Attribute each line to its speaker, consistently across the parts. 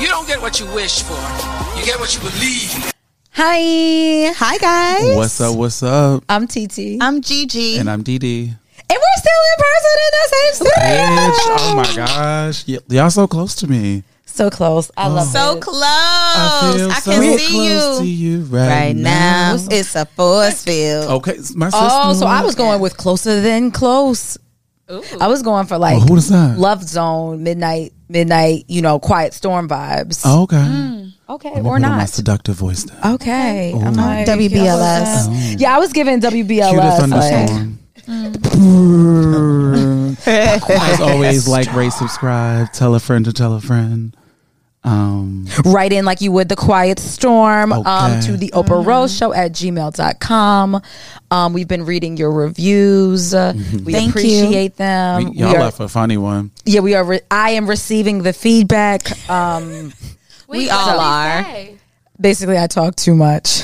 Speaker 1: You don't get what you wish for. You get what you believe.
Speaker 2: Hi. Hi, guys.
Speaker 3: What's up? What's up?
Speaker 2: I'm TT.
Speaker 4: I'm Gigi.
Speaker 3: and I'm DD.
Speaker 2: and we're still in person in the same
Speaker 3: Bitch,
Speaker 2: studio.
Speaker 3: oh my gosh, y- y'all so close to me.
Speaker 2: So close. I love
Speaker 4: so
Speaker 2: it.
Speaker 4: close.
Speaker 5: Oh,
Speaker 4: I, can
Speaker 3: close to
Speaker 4: see you
Speaker 3: you right,
Speaker 4: right now. It's a force field.
Speaker 3: Okay, s- my sister.
Speaker 2: Oh, so I was going with closer than close. I was going for like
Speaker 3: Well, Oh, who does that?
Speaker 2: Love Zone, Midnight, Midnight, you know, Quiet Storm vibes.
Speaker 3: Oh, okay,
Speaker 2: okay,
Speaker 3: Let me
Speaker 2: or
Speaker 3: put on my Oh.
Speaker 2: not.
Speaker 3: seductive voice. Then.
Speaker 2: Okay. I'm like,
Speaker 4: WBLS.
Speaker 3: Oh.
Speaker 2: yeah, I was giving
Speaker 3: Cue the
Speaker 2: WBLS.
Speaker 3: thunder
Speaker 2: Like,
Speaker 3: song. As always, like, rate, subscribe, tell a friend to tell a friend. Um,
Speaker 2: write in like you would the quiet storm um,
Speaker 3: Okay.
Speaker 2: to the oprah rose show at gmail.com um, we've been reading your reviews we
Speaker 4: Thank you.
Speaker 2: appreciate them
Speaker 3: Mm-hmm. we- y'all
Speaker 2: Um, We are-
Speaker 3: left a funny one.
Speaker 2: yeah we are re- i am receiving the feedback um,
Speaker 4: We all are.
Speaker 2: basically i talk too much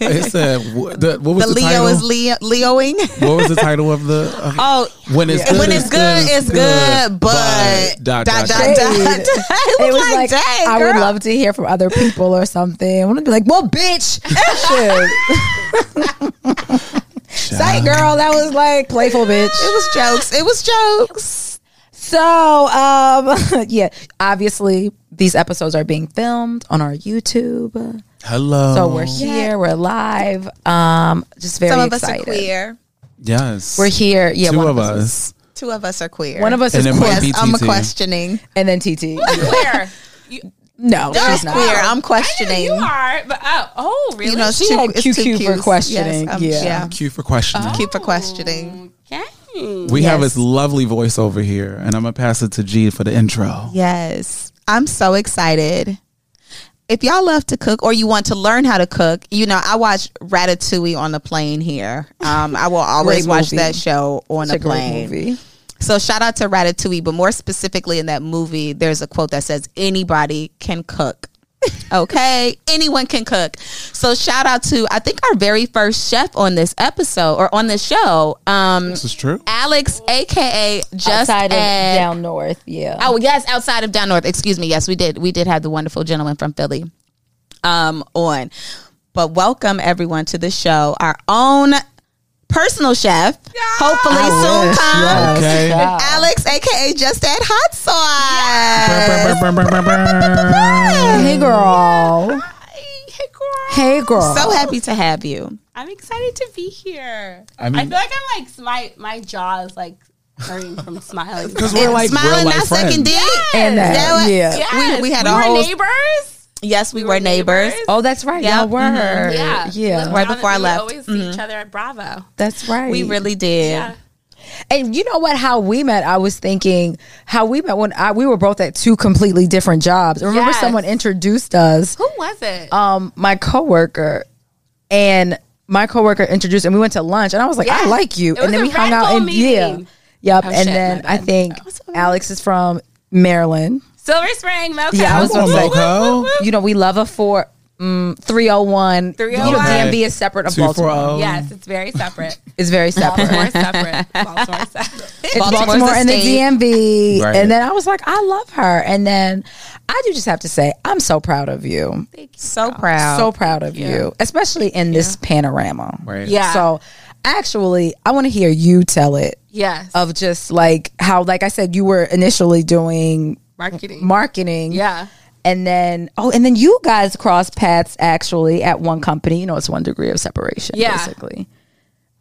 Speaker 3: It said, wh- the, what was
Speaker 4: The
Speaker 3: the,
Speaker 4: Leo
Speaker 3: title?
Speaker 4: is Leo Leoing.
Speaker 3: what was the title of the? of-
Speaker 4: Oh,
Speaker 3: when it's
Speaker 4: when it's good, it's good, but
Speaker 3: dot, dot, dot.
Speaker 4: dot, dot. It was like, dang,
Speaker 2: i would
Speaker 4: girl.
Speaker 2: love to hear from other people or something i want to be like well bitch shit. say girl that was like playful bitch
Speaker 4: It was jokes. It was jokes.
Speaker 2: So, um, yeah, obviously these episodes are being filmed on our YouTube.
Speaker 3: Hello.
Speaker 2: So
Speaker 4: Oh.
Speaker 2: we're here, we're live. Um, just very
Speaker 4: Some of us
Speaker 2: excited.
Speaker 4: are queer.
Speaker 3: Yes.
Speaker 2: We're here. Yeah,
Speaker 3: Two
Speaker 2: one
Speaker 3: of us.
Speaker 4: Two of us are queer.
Speaker 2: One of us
Speaker 3: And
Speaker 2: is
Speaker 3: it might
Speaker 2: queer,
Speaker 3: be
Speaker 4: Yes, I'm
Speaker 3: TT.
Speaker 4: questioning.
Speaker 2: and then TT.
Speaker 6: Claire,
Speaker 2: No,
Speaker 4: They're
Speaker 2: she's
Speaker 4: queer.
Speaker 2: not.
Speaker 4: I'm questioning.
Speaker 6: you are, but oh, oh really?
Speaker 4: You know, it's
Speaker 2: She
Speaker 4: too-
Speaker 2: had
Speaker 4: it's too
Speaker 2: QQ for
Speaker 4: cute. Yes, um,
Speaker 2: questioning.
Speaker 4: I'm-
Speaker 2: Yeah. Oh.
Speaker 3: Cue for questioning.
Speaker 4: Cute for questioning.
Speaker 6: okay.
Speaker 3: We have
Speaker 2: Yes.
Speaker 3: this lovely voice over here, and I'm gonna pass it to G for the intro.
Speaker 4: Yes. I'm so excited. If y'all love to cook or you want to learn how to cook, you know, I watch Ratatouille on the plane here. Um, I will always
Speaker 2: Great
Speaker 4: watch
Speaker 2: movie.
Speaker 4: that show on
Speaker 2: It's a
Speaker 4: the plane.
Speaker 2: great movie.
Speaker 4: So shout out to Ratatouille, but more specifically in that movie, there's a quote that says, "Anybody can cook." okay, anyone can cook. So shout out to I think our very first chef on this episode or on this show, um,
Speaker 3: This is true.
Speaker 4: Alex, aka Just
Speaker 2: Outside
Speaker 4: Ed-
Speaker 2: of down north. Yeah.
Speaker 4: Oh yes, outside of down north. Excuse me. Yes, we did. We did have the wonderful gentleman from Philly, um, on. But welcome everyone to the show. Our own personal chef, hopefully soon come.
Speaker 3: Okay.
Speaker 6: Oh.
Speaker 4: Alex, aka Just Add Hot Sauce.
Speaker 2: Hey girl.
Speaker 6: Hey, girl.
Speaker 2: Hey girl.
Speaker 4: So happy to have you.
Speaker 6: I'm excited to be here.
Speaker 3: I
Speaker 6: I,
Speaker 3: mean-
Speaker 6: feel like I'm like my my jaw is like hurting from smiling.
Speaker 3: Because we're like real
Speaker 4: Smiling,
Speaker 3: life
Speaker 4: not sucking
Speaker 3: friends.
Speaker 4: dick.
Speaker 2: and that,
Speaker 4: That was-
Speaker 2: yeah.
Speaker 6: Yes,
Speaker 4: uh, We- we had a
Speaker 6: were
Speaker 4: whole-
Speaker 6: neighbors.
Speaker 4: Yes, we,
Speaker 6: We
Speaker 4: were neighbors.
Speaker 2: Oh, that's right.
Speaker 4: Yeah.
Speaker 2: Y'all were.
Speaker 4: Mhm.
Speaker 6: Yeah,
Speaker 2: Yeah.
Speaker 4: Right before I
Speaker 6: we
Speaker 4: left. Mm-hmm.
Speaker 6: always see each other at Bravo.
Speaker 2: That's right.
Speaker 4: We really did.
Speaker 6: Yeah.
Speaker 2: And you know what? How we met, I was thinking how we met when I, we were both at two completely different jobs. Remember,
Speaker 6: Yes.
Speaker 2: someone introduced us,
Speaker 6: Who was it?
Speaker 2: um, my coworker, and my coworker introduced, and we went to lunch, and I was like, I
Speaker 6: Yes.
Speaker 2: like you,
Speaker 6: It
Speaker 2: and
Speaker 6: was
Speaker 2: then
Speaker 6: a
Speaker 2: we hung
Speaker 6: radical
Speaker 2: out, and
Speaker 6: meeting.
Speaker 2: yeah, yep.
Speaker 6: Oh,
Speaker 2: and
Speaker 6: shit, my
Speaker 2: then I
Speaker 6: bad.
Speaker 2: think Alex is from Maryland.
Speaker 6: Silver Spring, Mocha.
Speaker 2: Yeah, I was
Speaker 3: Come
Speaker 2: gonna
Speaker 3: on,
Speaker 2: say,
Speaker 3: Moco.
Speaker 2: you know, we love a four mm, three hundred one. You know,
Speaker 6: 301.
Speaker 2: DMV is separate of
Speaker 3: Two
Speaker 2: Baltimore.
Speaker 3: four oh. zero.
Speaker 6: Yes, it's very separate.
Speaker 2: It's very separate.
Speaker 6: Baltimore separate. Baltimore separate.
Speaker 2: it's
Speaker 4: Baltimore's
Speaker 2: Baltimore
Speaker 4: a
Speaker 2: and the
Speaker 4: state.
Speaker 2: DMV.
Speaker 3: Right.
Speaker 2: And then I was like, I love her. And then I do just have to say, I'm so proud of you.
Speaker 4: So proud.
Speaker 2: So proud of you, especially in this panorama.
Speaker 3: Right.
Speaker 6: Yeah.
Speaker 2: So actually, I want to hear you tell it
Speaker 6: Yes,
Speaker 2: of just like how, like I said, you were initially doing
Speaker 6: marketing.
Speaker 2: marketing.
Speaker 6: yeah,
Speaker 2: And then, oh, and then you guys crossed paths actually at one company. You know, it's one degree of separation,
Speaker 4: Yeah.
Speaker 2: basically.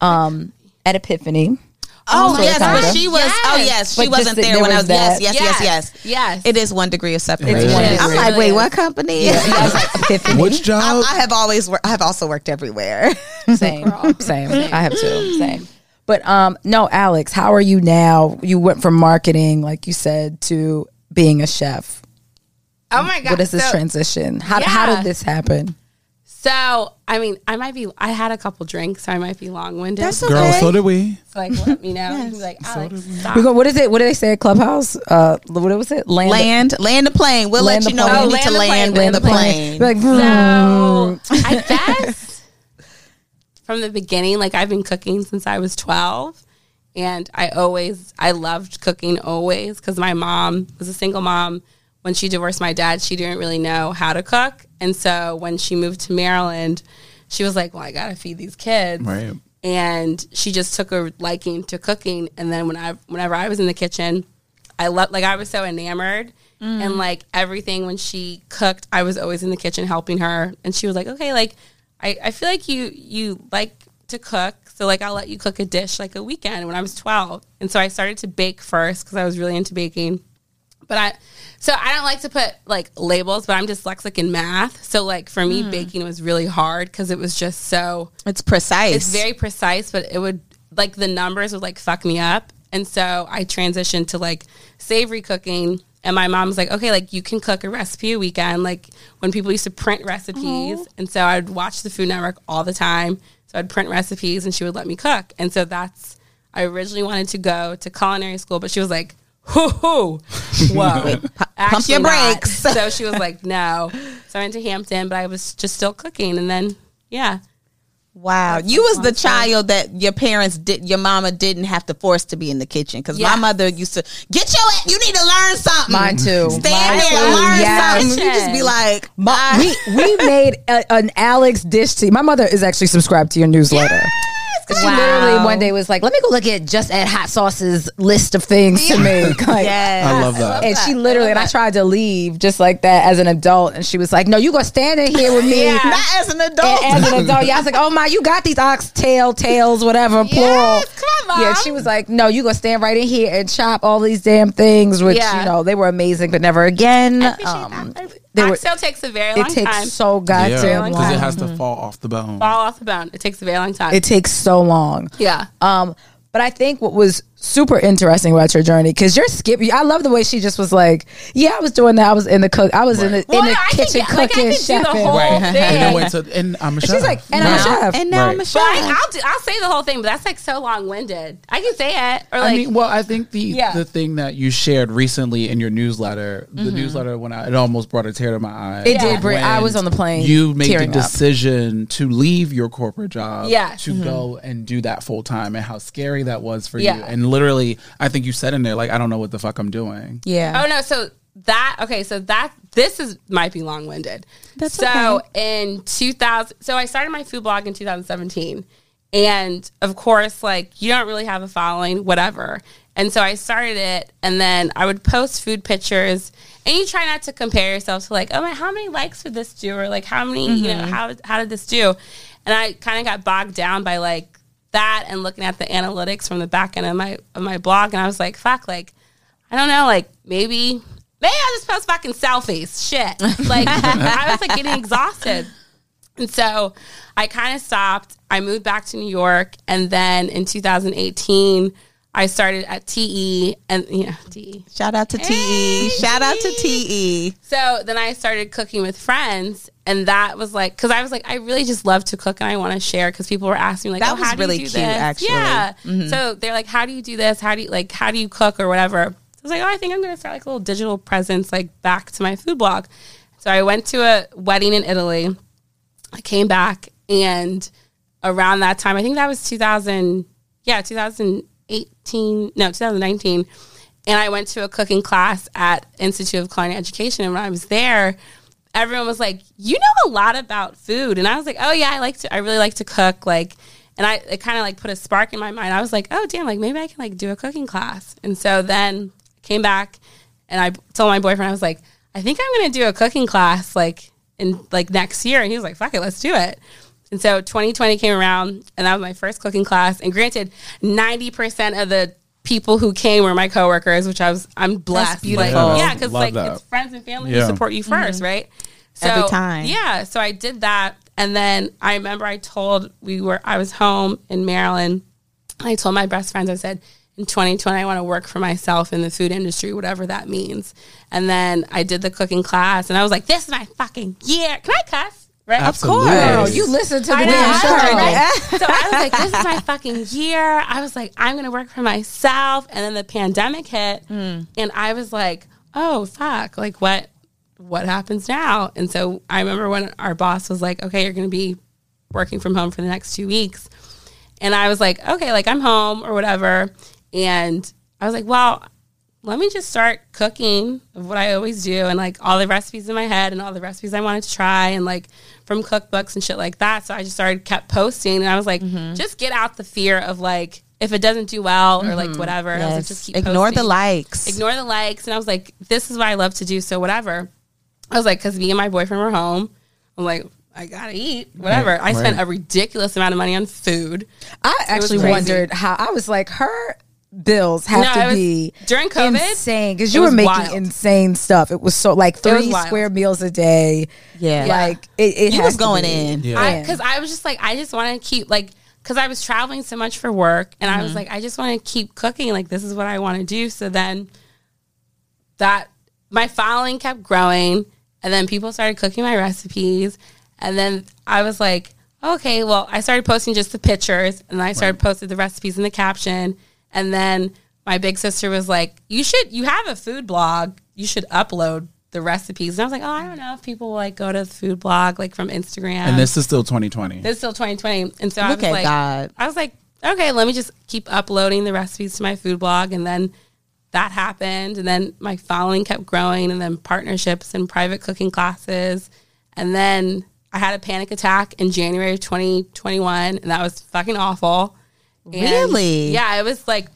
Speaker 2: Um, at Epiphany.
Speaker 5: Oh,
Speaker 2: Sort of,
Speaker 5: yes,
Speaker 2: kinda.
Speaker 5: but she was.
Speaker 4: Yes.
Speaker 5: Oh yes, she
Speaker 2: But just
Speaker 5: wasn't
Speaker 2: that
Speaker 5: there,
Speaker 2: there
Speaker 5: when I
Speaker 2: was
Speaker 5: was. Yes,
Speaker 2: that.
Speaker 5: yes, yes, yes,
Speaker 4: Yes.
Speaker 5: It is one degree of separation.
Speaker 3: It's one
Speaker 5: I'm
Speaker 4: degree.
Speaker 5: like,
Speaker 4: Really
Speaker 5: wait,
Speaker 4: is.
Speaker 5: what company?
Speaker 2: You guys like Epiphany.
Speaker 3: Which job?
Speaker 5: I've, I have always. Wor- I've also worked everywhere.
Speaker 2: Same, same. I have two. Same. But um, no, Alex, how are you now? You went from marketing, like you said, to being a chef.
Speaker 4: Oh my god.
Speaker 2: What is this
Speaker 4: so,
Speaker 2: transition? How, how
Speaker 4: Yeah.
Speaker 2: did this happen?
Speaker 4: So I mean, I might be. I had a couple drinks, so I might be long winded.
Speaker 5: That's okay.
Speaker 3: Girl, so did we.
Speaker 4: so like, let me know. He's like, Alex, stop.
Speaker 2: We go, what is it? What did they say at Clubhouse? Uh, what was it? Land.
Speaker 5: land, land the plane. We'll
Speaker 2: Land
Speaker 5: let you
Speaker 2: the
Speaker 5: know
Speaker 2: plane.
Speaker 5: when
Speaker 2: Oh,
Speaker 5: you need to land,
Speaker 4: land the
Speaker 5: land the
Speaker 2: Plan.
Speaker 5: plane.
Speaker 2: Like, mm.
Speaker 4: So
Speaker 5: Mm.
Speaker 4: I guess from the beginning, like I've been cooking since I was 12. And I always, I loved cooking always because my mom was a single mom. When she divorced my dad, she didn't really know how to cook. And so when she moved to Maryland, she was like, well, I got to feed these kids
Speaker 3: Right.
Speaker 4: and she just took a liking to cooking. And then when I, whenever I was in the kitchen, I loved like I was so enamored and like everything when she cooked, I was always in the kitchen helping her. And she was like, "Okay, like I, I feel like you you like to cook, so like I'll let you cook a dish like a weekend." When I was twelve, and so I started to bake first because I was really into baking but I so I don't like to put like labels, but I'm dyslexic in math. So like for me, baking was really hard because it was just so
Speaker 5: Hmm. It's precise.
Speaker 4: it's very precise, but it would like the numbers would like fuck me up. And so I transitioned to like savory cooking. And my mom was like, okay, like you can cook a recipe a weekend, like when people used to print recipes.
Speaker 5: Uh-huh.
Speaker 4: And so I'd watch the Food Network all the time. So I'd print recipes and she would let me cook. And so that's, I originally wanted to go to culinary school, but she was like, hoo hoo, whoa.
Speaker 5: pump your
Speaker 4: Actually not.
Speaker 5: brakes.
Speaker 4: so she was like, no. So I went to Hampton, but I was just still cooking. And then, yeah.
Speaker 5: Wow, you was the child that your parents did, your mama didn't have to force to be in the kitchen because
Speaker 4: Yes.
Speaker 5: my mother used to get your. a- You need to learn something.
Speaker 2: Mine too.
Speaker 5: Stand
Speaker 2: Mine
Speaker 5: there,
Speaker 2: too.
Speaker 5: and learn
Speaker 2: Yes.
Speaker 5: something. You just be like,
Speaker 2: My-
Speaker 5: I-
Speaker 2: we we made a, an Alex dish tea. My mother is actually subscribed to your newsletter. She literally one day was like, "Let me go look at just at hot sauces list of things to make." Like,
Speaker 5: Yes.
Speaker 3: I love that.
Speaker 2: And she literally, and I tried to leave just like that as an adult, and she was like, "No, you gonna stand in here with me."
Speaker 5: not as an adult.
Speaker 2: And as an adult, yeah, I was like, "Oh my, you got these oxtail tails, whatever, plural."
Speaker 4: come on,
Speaker 2: Yeah,
Speaker 4: Mom.
Speaker 2: she was like, "No, you gonna stand right in here and chop all these damn things," which
Speaker 4: Yeah.
Speaker 2: you know they were amazing, but never again. Um, they were-
Speaker 4: Oxtail takes a very long
Speaker 2: it takes
Speaker 4: time. So-
Speaker 2: so goddamn
Speaker 3: Yeah, because
Speaker 2: long.
Speaker 3: it has to fall off the bone.
Speaker 4: Fall off the bone. It takes a very long time.
Speaker 2: it takes so long.
Speaker 4: yeah.
Speaker 2: Um, but I think what was super interesting about your journey because you're skip. I love the way she just was like, "Yeah, I was doing that. I was in the cook. I was in the in the
Speaker 4: I could
Speaker 2: kitchen
Speaker 4: get- like, I
Speaker 2: cooking,
Speaker 4: could do the
Speaker 2: chefing."
Speaker 4: whole
Speaker 3: Right.
Speaker 4: thing.
Speaker 3: And then went to, and uh, I'm a chef.
Speaker 2: She's like, and I'm a
Speaker 3: Right.
Speaker 2: chef.
Speaker 5: and now
Speaker 3: Right.
Speaker 5: I'm a
Speaker 4: But I,
Speaker 5: chef.
Speaker 4: I'll do. I'll say the whole thing, but that's like so long winded. I can say it or like
Speaker 3: I mean, well, I think the
Speaker 4: Yeah.
Speaker 3: the thing that you shared recently in your newsletter, the newsletter when I it almost brought a tear to my eye.
Speaker 2: Mm-hmm. It did bring-
Speaker 3: When
Speaker 2: I was on the plane
Speaker 3: You made the
Speaker 2: tearing up. Mm-hmm.
Speaker 3: decision to leave your corporate job,
Speaker 4: Yeah.
Speaker 3: to go and do that full time, and how scary that was for you.
Speaker 4: Yeah.
Speaker 3: And literally, I think you said in there, like, I don't know what the fuck I'm doing.
Speaker 2: yeah.
Speaker 4: Oh no! So that okay? So that this is might be long winded. So in 2000, so I started my food blog in 2017, and of course, like you don't really have a following, whatever. And so I started it, and then I would post food pictures, and you try not to compare yourself to like, oh my, how many likes did this do, or like how many, you know, how how did this do? And I kind of got bogged down by like that and looking at the analytics from the back end of my of my blog, and I was like, fuck, like I don't know, like maybe maybe I'll just post fucking selfies. Shit. Like I was like getting exhausted. And so I kind of stopped. I moved back to New York and then in 2018 I started at E TE and yeah, TE.
Speaker 5: Shout out to TE. Shout out to E. TE.
Speaker 4: So then I started cooking with friends, and that was like because I was like I really just love to cook and I want to share because people were asking me like
Speaker 5: That
Speaker 4: oh,
Speaker 5: was
Speaker 4: how do
Speaker 5: really
Speaker 4: you do
Speaker 5: cute,
Speaker 4: this?
Speaker 5: actually. Mm-hmm.
Speaker 4: yeah. So they're like how do you do this how do you like how do you cook or whatever. So I was like oh I think I'm gonna start like a little digital presence like back to my food blog. So I went to a wedding in Italy. I came back and around that time, I think that was 2000, yeah, 2018, no, 2019. And I went to a cooking class at Institute of Culinary Education. And when I was there, everyone was like, you know a lot about food. And I was like, oh yeah, I like to, I really like to cook. Like, and I, it kind of like put a spark in my mind. I was like, oh damn, like maybe I can like do a cooking class. And so then came back and I told my boyfriend, I was like, I think I'm going to do a cooking class like in like next year. And he was like, fuck it, let's do it. And so 2020 came around and that was my first cooking class. And granted, 90% of the people who came were my coworkers, which I was, I'm blessed. Like,
Speaker 5: beautiful.
Speaker 4: yeah. Cause
Speaker 7: Love
Speaker 4: like
Speaker 7: that.
Speaker 4: it's friends and family
Speaker 7: Yeah.
Speaker 4: who support you 1st right? So,
Speaker 5: Every time.
Speaker 4: Yeah. So I did that. And then I remember I told, we were, I was home in Maryland. I told my best friends, I said, in 2020, I want to work for myself in the food industry, whatever that means. And then I did the cooking class and I was like, this is my fucking year. Can I cuss? Right?
Speaker 7: Absolutely.
Speaker 2: Oh, you listen to the
Speaker 4: I know,
Speaker 2: damn
Speaker 4: I
Speaker 2: show.
Speaker 4: know, right? So I was like, this is my fucking year. I was like, I'm going to work for myself. And then the pandemic hit and I was like, oh, fuck. Like, what? What happens now? And so I remember when our boss was like, okay, you're going to be working from home for the next two weeks. And I was like, okay, like I'm home or whatever. And I was like, well, let me just start cooking of what I always do and like all the recipes in my head and all the recipes I wanted to try and like from cookbooks and shit like that. So I just started kept posting and I was like, just get out the fear of like if it doesn't do well or like whatever. I was like, just keep
Speaker 5: Ignore the
Speaker 4: posting
Speaker 5: likes.
Speaker 4: ignore the likes. And I was like, this is what I love to do. So whatever. I was like, because me and my boyfriend were home. I'm like, I gotta eat. Whatever. I spent a ridiculous amount of money on food.
Speaker 2: I actually
Speaker 4: crazy.
Speaker 2: wondered how I was like her bills have
Speaker 4: No, it
Speaker 2: to
Speaker 4: was-
Speaker 2: be
Speaker 4: during COVID,
Speaker 2: insane because
Speaker 4: it
Speaker 2: you were
Speaker 4: was
Speaker 2: making
Speaker 4: wild.
Speaker 2: insane stuff. It was so like
Speaker 4: was
Speaker 2: three
Speaker 4: wild.
Speaker 2: square meals a day.
Speaker 5: Yeah.
Speaker 2: like it, it
Speaker 5: You
Speaker 2: has
Speaker 5: was
Speaker 2: to
Speaker 5: going
Speaker 2: be.
Speaker 5: in.
Speaker 4: I because I was just like, I just want to keep like because I was traveling so much for work, and
Speaker 5: Mm-hmm.
Speaker 4: I was like, I just want to keep cooking. Like this is what I want to do. So then that my following kept growing, and then people started cooking my recipes, and then I was like, okay, well, I started posting just the pictures, and I started posting the recipes in the caption, and then my big sister was like, you should, you have a food blog, you should upload. The recipes, and I was like, oh, I don't know if people will like go to the food blog, like from Instagram.
Speaker 3: And this is still 2020.
Speaker 4: This is still 2020. And so I
Speaker 5: Look
Speaker 4: was
Speaker 5: at
Speaker 4: like,
Speaker 5: God.
Speaker 4: I was like, okay, let me just keep uploading the recipes to my food blog. And then that happened. And then my following kept growing. And then partnerships and private cooking classes. And then I had a panic attack in January of 2021. And that was fucking awful. And-
Speaker 5: Really?
Speaker 4: Yeah. It was like,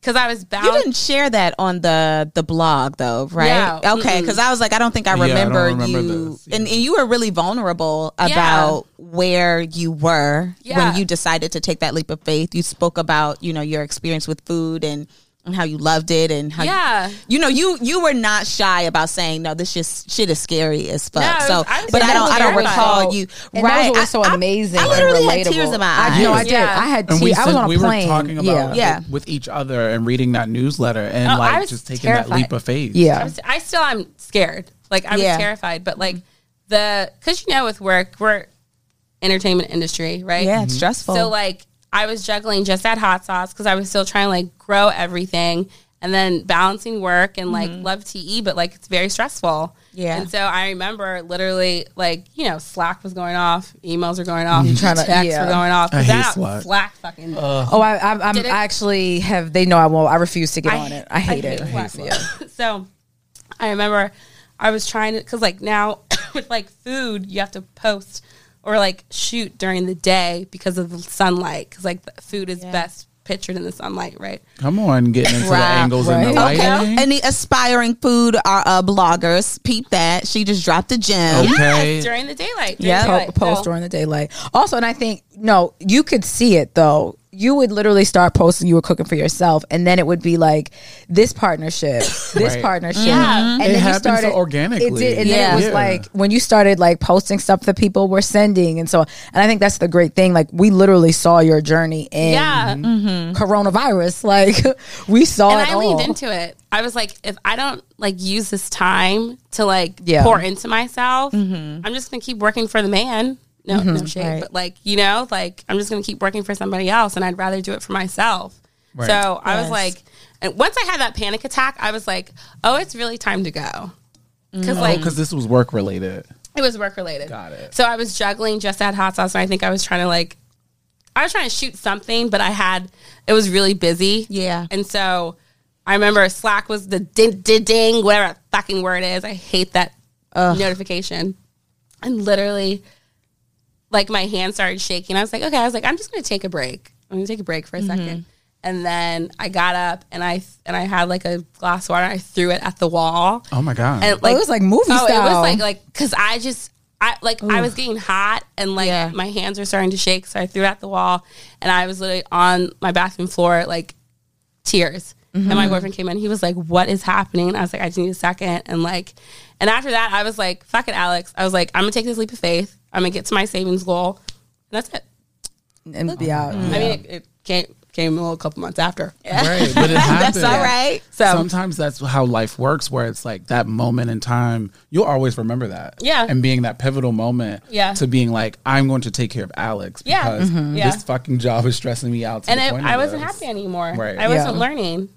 Speaker 4: because I was bound.
Speaker 5: You didn't share that on the the blog though, right?
Speaker 4: No,
Speaker 5: Okay,
Speaker 4: mm-mm.
Speaker 5: because I was like, I don't think I
Speaker 3: Yeah, I don't
Speaker 5: remember,
Speaker 3: remember
Speaker 5: you,
Speaker 3: this, yeah.
Speaker 5: and, and you were really vulnerable about where you were
Speaker 4: Yeah.
Speaker 5: when you decided to take that leap of faith. You spoke about you know your experience with food and. And how you loved it, and how you-
Speaker 4: Yeah.
Speaker 5: you, know you you were not shy about saying no. This just shit is scary as fuck.
Speaker 4: No, I was-
Speaker 5: so,
Speaker 4: I was
Speaker 5: but I
Speaker 4: never
Speaker 5: don't I don't
Speaker 4: terrified.
Speaker 5: recall you
Speaker 2: And that was
Speaker 5: right.
Speaker 2: what was so
Speaker 5: I- I-
Speaker 2: amazing.
Speaker 5: I,
Speaker 2: and
Speaker 5: literally had
Speaker 2: relatable.
Speaker 5: tears in my
Speaker 2: I-
Speaker 5: eyes.
Speaker 2: No, I did.
Speaker 4: Yeah.
Speaker 2: I had.
Speaker 3: and
Speaker 2: Te-
Speaker 3: we
Speaker 2: I was
Speaker 3: said-
Speaker 2: on a
Speaker 3: we
Speaker 2: plane.
Speaker 3: were talking about
Speaker 2: yeah.
Speaker 5: Yeah.
Speaker 3: it with each other and reading that newsletter and
Speaker 4: Oh, I
Speaker 3: like
Speaker 4: was
Speaker 3: just taking that
Speaker 4: terrified.
Speaker 3: leap of faith.
Speaker 4: I,
Speaker 2: yeah.
Speaker 4: was, I still am scared. Like I was
Speaker 5: Yeah.
Speaker 4: terrified, but like the because you know with work we're entertainment industry, right?
Speaker 5: Yeah,
Speaker 2: Mm-hmm.
Speaker 5: it's stressful.
Speaker 4: So like I was juggling just that hot sauce because I was still trying to like grow everything and then balancing work and like
Speaker 2: Mm-hmm.
Speaker 4: love TE, but like it's very stressful.
Speaker 5: Yeah.
Speaker 4: And so I remember literally like, you know, Slack was going off, emails were going off,
Speaker 2: trying to-
Speaker 4: texts
Speaker 2: yeah.
Speaker 4: were going off. 'Cause
Speaker 3: I hate
Speaker 4: I don't-
Speaker 3: Slack.
Speaker 4: fucking
Speaker 2: Oh, I, I'm, I'm
Speaker 4: Did it-
Speaker 2: actually have. They know I won't. I refuse to get
Speaker 4: I
Speaker 2: on
Speaker 4: hate-
Speaker 2: it. I hate it.
Speaker 4: Slack. so I remember I was trying to because like now with like food you have to post or like shoot during the day because of the sunlight because like the food is best pictured in the sunlight right
Speaker 3: Come on, getting into the angles and the
Speaker 2: right.
Speaker 3: lighting.
Speaker 5: Okay. Any aspiring food are uh, bloggers. Peep that. She just dropped a gem.
Speaker 3: Okay.
Speaker 4: Yes, during the daylight during
Speaker 5: Yeah.
Speaker 4: the
Speaker 2: po-
Speaker 4: daylight.
Speaker 2: post
Speaker 4: So-
Speaker 2: during the daylight. Also, and I think no, you could see it though. You would literally start posting you were cooking for yourself, and then it would be like this partnership, this
Speaker 3: Right.
Speaker 2: partnership, and
Speaker 3: It
Speaker 2: then you
Speaker 3: happened so
Speaker 2: started
Speaker 3: organically.
Speaker 2: It did, and
Speaker 5: Yeah.
Speaker 2: then it was
Speaker 3: Yeah.
Speaker 2: like when you started like posting stuff that people were sending, and so and I think that's the great thing. Like we literally saw your journey in
Speaker 4: yeah
Speaker 5: Mm-hmm.
Speaker 2: coronavirus. Like we saw
Speaker 4: and
Speaker 2: it
Speaker 4: I
Speaker 2: all.
Speaker 4: leaned into it. I was like, if I don't like use this time to like
Speaker 2: Yeah.
Speaker 4: pour into myself,
Speaker 5: Mm-hmm.
Speaker 4: I'm just gonna keep working for the man. No, no shade, but like you know, like I'm just gonna keep working for somebody else, and I'd rather do it for myself. So I was like, and once I had that panic attack, I was like, oh, it's really time to go.
Speaker 5: Mm-hmm.
Speaker 4: Because like
Speaker 3: Because this was work related.
Speaker 4: it was work related.
Speaker 3: Oh, Got it.
Speaker 4: So I was juggling just that hot sauce, and I think I was trying to like, I was trying to shoot something, but I had it was really busy.
Speaker 5: Yeah.
Speaker 4: and so I remember Slack was the ding, ding, ding whatever that fucking word is. I hate that notification, and literally,
Speaker 5: Mm-hmm.
Speaker 4: like my hand started shaking. I was like, okay, I was like, I'm just gonna take a break. I'm gonna take a break for a second. And then I got up and I and I had like a glass of water. And I threw it at the wall.
Speaker 3: Oh my god.
Speaker 4: And
Speaker 2: it was like movie
Speaker 4: oh, it was
Speaker 2: style.
Speaker 4: like like because I just I like I was getting hot and like my hands were starting to shake, so I threw it at the wall and I was literally on my bathroom floor like tears. And
Speaker 2: Mm-hmm.
Speaker 4: my boyfriend came in. He was like, "What is happening?" And I was like, "I just need a second. And like, and after that, I was like, "Fuck it, Alex." I was like, "I'm gonna take this leap of faith. I'm gonna get to my savings goal." And that's it.
Speaker 2: and be out.
Speaker 5: Mm-hmm.
Speaker 4: I mean, it, it came came a little couple months after.
Speaker 3: Right, but it happens.
Speaker 5: That's all right.
Speaker 4: So
Speaker 3: Sometimes that's how life works, where it's like that moment in time, you'll always remember that.
Speaker 4: Yeah.
Speaker 3: And being that pivotal moment
Speaker 4: Yeah.
Speaker 3: to being like, I'm going to take care of Alex
Speaker 4: Yeah.
Speaker 3: because
Speaker 4: Mhm.
Speaker 3: this
Speaker 4: Yeah.
Speaker 3: fucking job is stressing me out. To
Speaker 4: and
Speaker 3: the
Speaker 4: it,
Speaker 3: point
Speaker 4: I
Speaker 3: of
Speaker 4: wasn't
Speaker 3: this.
Speaker 4: happy anymore.
Speaker 3: Right.
Speaker 4: I wasn't
Speaker 2: Yeah.
Speaker 4: learning,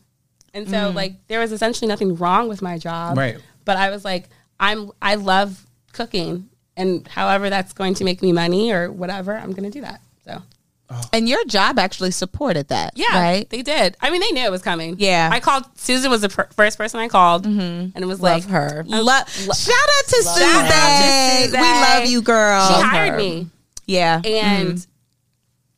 Speaker 4: and so
Speaker 5: Mm.
Speaker 4: like there was essentially nothing wrong with my job.
Speaker 3: Right.
Speaker 4: But I was like, I'm I love cooking, and however that's going to make me money or whatever, I'm going to do that. So
Speaker 5: And your job actually supported that.
Speaker 4: yeah,
Speaker 5: Right?
Speaker 4: they did. I mean, they knew it was coming.
Speaker 5: Yeah.
Speaker 4: I called. Susan was the per- first person I called, and it was
Speaker 2: Love
Speaker 4: like
Speaker 2: her.
Speaker 4: I-
Speaker 5: Lo- shout out to Susan.
Speaker 4: Shout out to Susan.
Speaker 5: We love you, girl.
Speaker 4: She hired me.
Speaker 5: Um, Yeah.
Speaker 4: And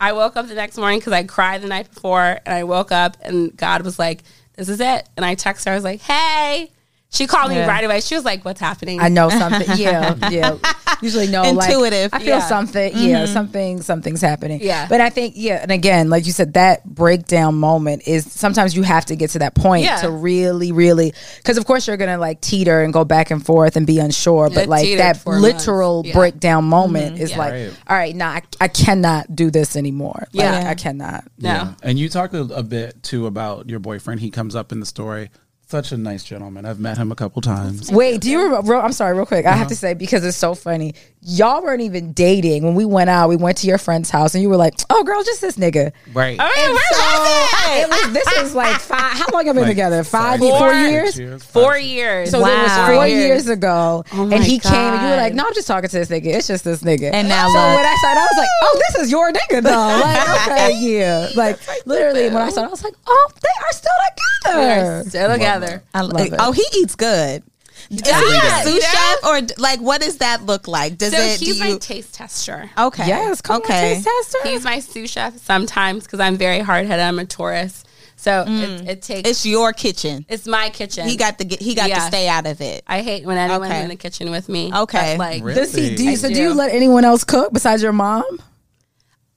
Speaker 4: I woke up the next morning because I cried the night before, and I woke up and God was like, "This is it." And I texted her. I was like, "Hey." She called me right away. She was like, "What's happening?"
Speaker 2: I know something. Yeah, yeah. Usually know like,
Speaker 5: Intuitive.
Speaker 2: I feel
Speaker 4: Yeah. Mm-hmm.
Speaker 2: something. Yeah, something. Something's happening.
Speaker 4: Yeah.
Speaker 2: But I think yeah, and again, like you said, that breakdown moment is sometimes you have to get to that point
Speaker 4: Yeah.
Speaker 2: to really, really, because of course you're gonna like teeter and go back and forth and be unsure, but
Speaker 4: I
Speaker 2: like
Speaker 4: teetered
Speaker 2: that
Speaker 4: for months.
Speaker 2: literal
Speaker 4: Yeah. Mm-hmm.
Speaker 2: breakdown moment is like,
Speaker 3: Right.
Speaker 2: all right, no, I, I cannot do this anymore. Like,
Speaker 4: Yeah.
Speaker 2: I cannot.
Speaker 4: No.
Speaker 3: And you talked a, a bit too about your boyfriend. He comes up in the story. Such a nice gentleman. I've met him a couple times.
Speaker 2: Wait, do you remember? Real, I'm sorry, real quick. I have to say because it's so funny. Y'all weren't even dating when we went out. We went to your friend's house, and you were like, "Oh, girl, just this nigga."
Speaker 3: Right.
Speaker 4: All right,
Speaker 2: And
Speaker 4: Oh, where
Speaker 2: so
Speaker 4: was it?
Speaker 2: it was. This is like five. How long have we been
Speaker 3: Like
Speaker 2: together? Five,
Speaker 3: five,
Speaker 2: four,
Speaker 4: four
Speaker 2: years.
Speaker 4: Four years.
Speaker 2: So there was
Speaker 5: Wow.
Speaker 2: four
Speaker 5: Four
Speaker 2: years,
Speaker 5: years.
Speaker 2: ago,
Speaker 4: Oh my
Speaker 2: and he came, and you were
Speaker 4: God.
Speaker 2: like, "No, I'm just talking to this nigga. It's just this nigga."
Speaker 5: And now
Speaker 2: so
Speaker 5: look.
Speaker 2: when I started, I was like, "Oh, this is your nigga, though." Like, okay, yeah. Like literally, when I started, I was like, "Oh, they are still
Speaker 4: We
Speaker 2: together."
Speaker 4: are still together.
Speaker 5: I
Speaker 2: Love it.
Speaker 5: Oh, he eats good. Is he a
Speaker 4: Yeah.
Speaker 5: sous
Speaker 4: Yeah.
Speaker 5: chef or d- like what does that look like? Does
Speaker 4: So
Speaker 5: it?
Speaker 4: he's
Speaker 5: do
Speaker 4: my
Speaker 5: you, Oh.
Speaker 4: taste tester.
Speaker 5: okay.
Speaker 2: Yes, come okay.
Speaker 5: okay.
Speaker 2: on, taste tester.
Speaker 4: He's my sous chef sometimes because I'm very hard headed. I'm a Taurus, so it, it takes. It's,
Speaker 5: It's your kitchen.
Speaker 4: my kitchen.
Speaker 5: He got to get. He got to
Speaker 4: Yeah.
Speaker 5: stay out of it.
Speaker 4: I hate when anyone's
Speaker 5: Okay.
Speaker 4: in the kitchen with me.
Speaker 5: Okay.
Speaker 4: But, like
Speaker 3: Really?
Speaker 2: Does he do? You, so do.
Speaker 4: do.
Speaker 2: you let anyone else cook besides your mom?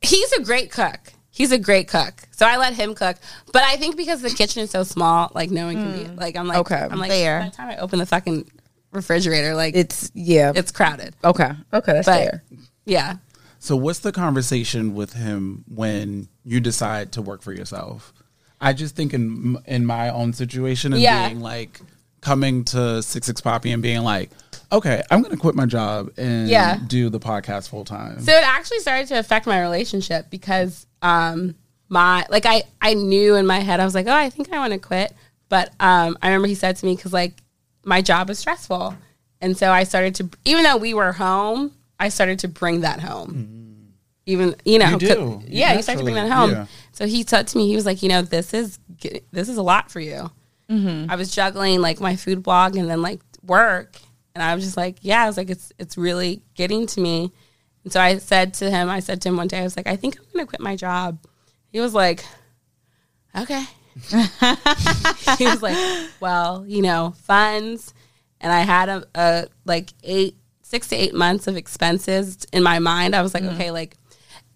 Speaker 4: he's a great cook. He's a great cook. So I let him cook. But I think because the kitchen is so small, like no one can be like I'm like
Speaker 2: Okay,
Speaker 4: I'm like
Speaker 5: fair.
Speaker 4: by the time I open the fucking refrigerator, like it's
Speaker 2: It's yeah.
Speaker 4: it's crowded.
Speaker 2: okay. Okay, that's
Speaker 4: But
Speaker 2: fair.
Speaker 4: yeah.
Speaker 3: So what's the conversation with him when you decide to work for yourself? I just think in in my own situation and
Speaker 4: Yeah.
Speaker 3: being like coming to Six Six Poppy and being like, okay, I'm gonna quit my job and
Speaker 4: Yeah.
Speaker 3: do the podcast full time.
Speaker 4: So it actually started to affect my relationship because um my like I I knew in my head I was like, "Oh, I think I want to quit." But um I remember he said to me cuz like my job is stressful. And so I started to even though we were home, I started to bring that home. Even you know,
Speaker 3: Mm. You do.
Speaker 4: 'cause- oh, yeah, you start to bring that home.
Speaker 3: Naturally, yeah.
Speaker 4: So he said to me, he was like, "You know, this is get- this is a lot for you." I was juggling like my food blog and then like work, and I was just like, yeah, I was like, it's it's really getting to me. And so I said to him, I said to him one day, I was like, I think I'm gonna quit my job. He was like, okay. he was like, well, you know, funds, and I had a, a like eight six to eight months of expenses in my mind. I was like, okay, like.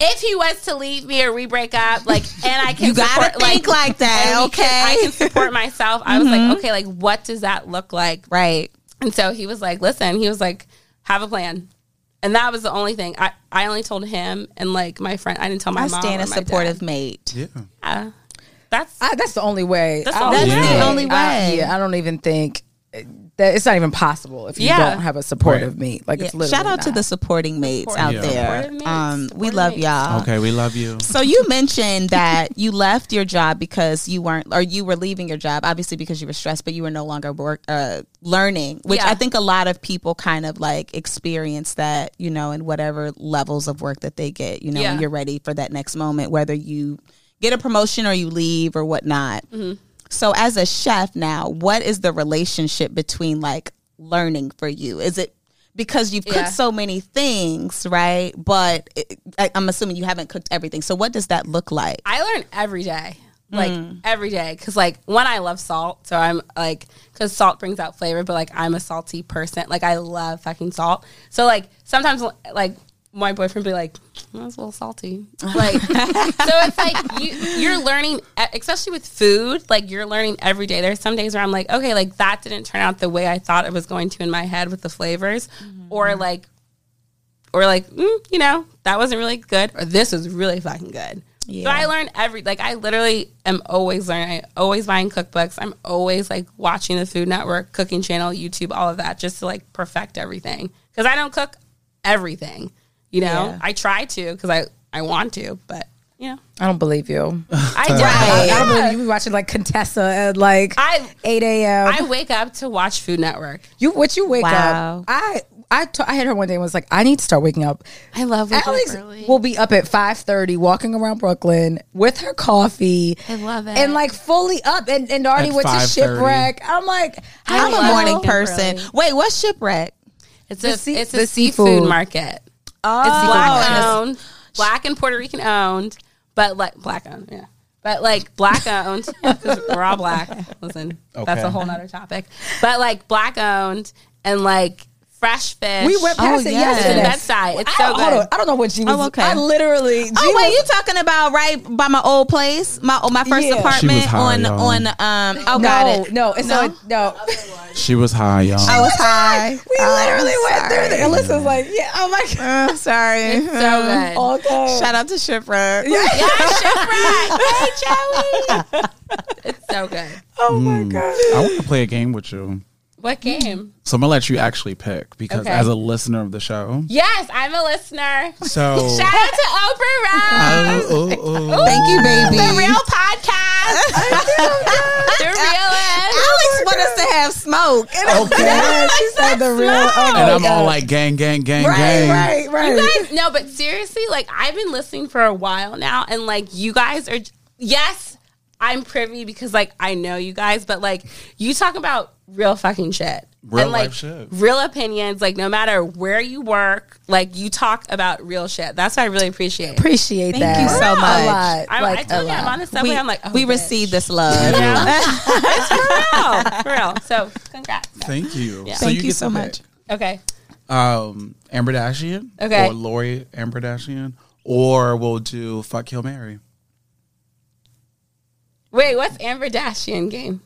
Speaker 4: If he was to leave me or we break up, like, and I can
Speaker 5: You gotta
Speaker 4: support-
Speaker 5: think like that,
Speaker 4: and we can-
Speaker 5: okay? Mm-hmm.
Speaker 4: I can support myself. I was like, okay, like what does that look like?
Speaker 5: Right.
Speaker 4: And so he was like, listen, he was like, have a plan. And that was the only thing. I, I only told him and like my friend. I didn't tell my
Speaker 5: I
Speaker 4: mom.
Speaker 5: stand
Speaker 4: or
Speaker 5: a
Speaker 4: my
Speaker 5: supportive mate.
Speaker 3: yeah.
Speaker 4: dad. That's
Speaker 2: I, that's the only way.
Speaker 4: That's
Speaker 2: I
Speaker 4: the
Speaker 2: don't
Speaker 4: only
Speaker 2: even
Speaker 3: way.
Speaker 2: think-
Speaker 3: The
Speaker 5: only
Speaker 2: I-
Speaker 5: way.
Speaker 2: yeah, I don't even think that it's not even possible if you
Speaker 4: Yeah.
Speaker 2: don't have a supportive mate. Like
Speaker 5: Yeah.
Speaker 2: it's literally
Speaker 5: Shout out to
Speaker 2: not.
Speaker 5: the supporting mates out
Speaker 3: Yeah.
Speaker 5: there.
Speaker 4: Supportive mates,
Speaker 5: Um, we
Speaker 4: supportive
Speaker 5: love
Speaker 4: mates.
Speaker 5: y'all.
Speaker 3: Okay, we love you.
Speaker 5: So you mentioned that you left your job because you weren't, or you were leaving your job, obviously because you were stressed, but you were no longer work, uh, learning, which
Speaker 4: Yeah.
Speaker 5: I think a lot of people kind of like experience that, you know, in whatever levels of work that they get, you know,
Speaker 4: Yeah.
Speaker 5: when you're ready for that next moment, whether you get a promotion or you leave or whatnot.
Speaker 4: Mm-hmm.
Speaker 5: So as a chef now, what is the relationship between like learning for you? Is it because you've cooked
Speaker 4: Yeah.
Speaker 5: so many things, right? But it, I, I'm assuming you haven't cooked everything. So what does that look like?
Speaker 4: I learn every day. like every day because like one i love salt so i'm like because salt brings out flavor but like i'm a salty person like i love fucking salt so like sometimes like my boyfriend be like "Mm, that's a little salty like so it's like you you're learning e, especially with food like you're learning every day there's some days where i'm like okay like that didn't turn out the way i thought it was going to in my head with the flavors or like or like mm, you know that wasn't really good or this was really fucking good so i learn every like i literally am always learning i always buying cookbooks i'm always like watching the food network cooking channel youtube all of that just to like perfect everything because i don't cook everything you know i try to because i i want to but you know
Speaker 8: I don't believe you.
Speaker 4: i try
Speaker 8: I don't believe you be watching like Contessa at like
Speaker 4: I-
Speaker 8: 8 a.m.
Speaker 4: i wake up to watch food network
Speaker 8: You what you wake
Speaker 2: Wow.
Speaker 8: up? I I t- I had her one day and was like, I need to start waking up.
Speaker 4: I love waking up
Speaker 8: Alex
Speaker 4: early.
Speaker 8: will be up at five thirty, walking around Brooklyn with her coffee. I
Speaker 4: love it.
Speaker 8: and like fully up. And and already
Speaker 3: At
Speaker 8: went to
Speaker 3: 5:30.
Speaker 8: shipwreck. I'm like, how
Speaker 2: I'm a
Speaker 4: love
Speaker 2: morning
Speaker 4: waking up
Speaker 2: person.
Speaker 4: early.
Speaker 2: Wait, what's shipwreck?
Speaker 4: it's a
Speaker 8: sea-
Speaker 4: it's
Speaker 8: the
Speaker 4: a seafood
Speaker 8: seafood.
Speaker 4: market
Speaker 2: Oh,
Speaker 4: It's black
Speaker 2: and it's-
Speaker 4: owned, black and Puerto Rican owned, but like black owned, yeah. But like black owned, 'cause we're all black. Listen, that's
Speaker 3: Okay.
Speaker 4: a whole nother topic. But like black owned and like fresh fish.
Speaker 8: we went past
Speaker 2: Oh,
Speaker 8: it
Speaker 2: yes.
Speaker 8: yesterday.
Speaker 4: That side. It's
Speaker 8: I
Speaker 4: so
Speaker 8: don't- hold
Speaker 4: good.
Speaker 8: on. I don't know what she was.
Speaker 2: Oh, okay.
Speaker 8: I literally.
Speaker 2: Oh wait, you talking about right by my old place, my oh, my first
Speaker 8: Yeah. She was
Speaker 2: apartment
Speaker 3: high,
Speaker 2: on
Speaker 3: y'all.
Speaker 2: on um. Oh, got
Speaker 8: no,
Speaker 2: it.
Speaker 8: no, it's
Speaker 2: No?
Speaker 4: Oh.
Speaker 8: not. No,
Speaker 3: She was high, y'all.
Speaker 2: I was high.
Speaker 8: we literally went through there. Alyssa's like, yeah, oh my god,
Speaker 2: I'm sorry. It's
Speaker 4: so good.
Speaker 8: all day.
Speaker 2: Shout out to Shipwreck. Yeah.
Speaker 4: It's so good.
Speaker 8: oh my god.
Speaker 3: I want to play a game with you.
Speaker 4: What game?
Speaker 3: So I'm gonna let you actually pick because
Speaker 4: Okay.
Speaker 3: as a listener of the show,
Speaker 4: Yes, I'm a listener.
Speaker 3: so
Speaker 4: Shout out to Oprah
Speaker 3: Oh,
Speaker 4: Rose.
Speaker 3: oh, oh.
Speaker 2: Oh. Thank you, baby.
Speaker 4: The real podcast. the realest.
Speaker 2: Alex want us to have smoke.
Speaker 8: Yeah, she said the real. Oh my
Speaker 3: and I'm all
Speaker 8: God.
Speaker 3: like gang, gang, gang,
Speaker 8: right,
Speaker 3: gang.
Speaker 8: right, right.
Speaker 4: You guys, no, but seriously, like I've been listening for a while now, and like you guys are, yes, I'm privy because like I know you guys, but like you talk about real fucking shit,
Speaker 3: Real
Speaker 4: and, like,
Speaker 3: life shit.
Speaker 4: real opinions. Like no matter where you work, like you talk about real shit. That's what I really appreciate.
Speaker 8: appreciate
Speaker 2: Thank
Speaker 8: that.
Speaker 2: you so
Speaker 8: A
Speaker 2: much.
Speaker 8: lot.
Speaker 4: I'm, I
Speaker 8: like, a
Speaker 4: told you,
Speaker 8: lot.
Speaker 4: I'm on the subway.
Speaker 2: we
Speaker 4: I'm like, oh,
Speaker 2: we
Speaker 4: bitch.
Speaker 2: received this love.
Speaker 4: It's for real, for real. So congrats.
Speaker 3: Thank you. So
Speaker 2: Thank you
Speaker 3: get
Speaker 2: so
Speaker 3: to
Speaker 2: much.
Speaker 4: Okay,
Speaker 3: pick, Um, Amber Dashian,
Speaker 4: Okay.
Speaker 3: or Lori Amber Dashian, or we'll do fuck kill Mary.
Speaker 4: wait, what's Amber Dashian game?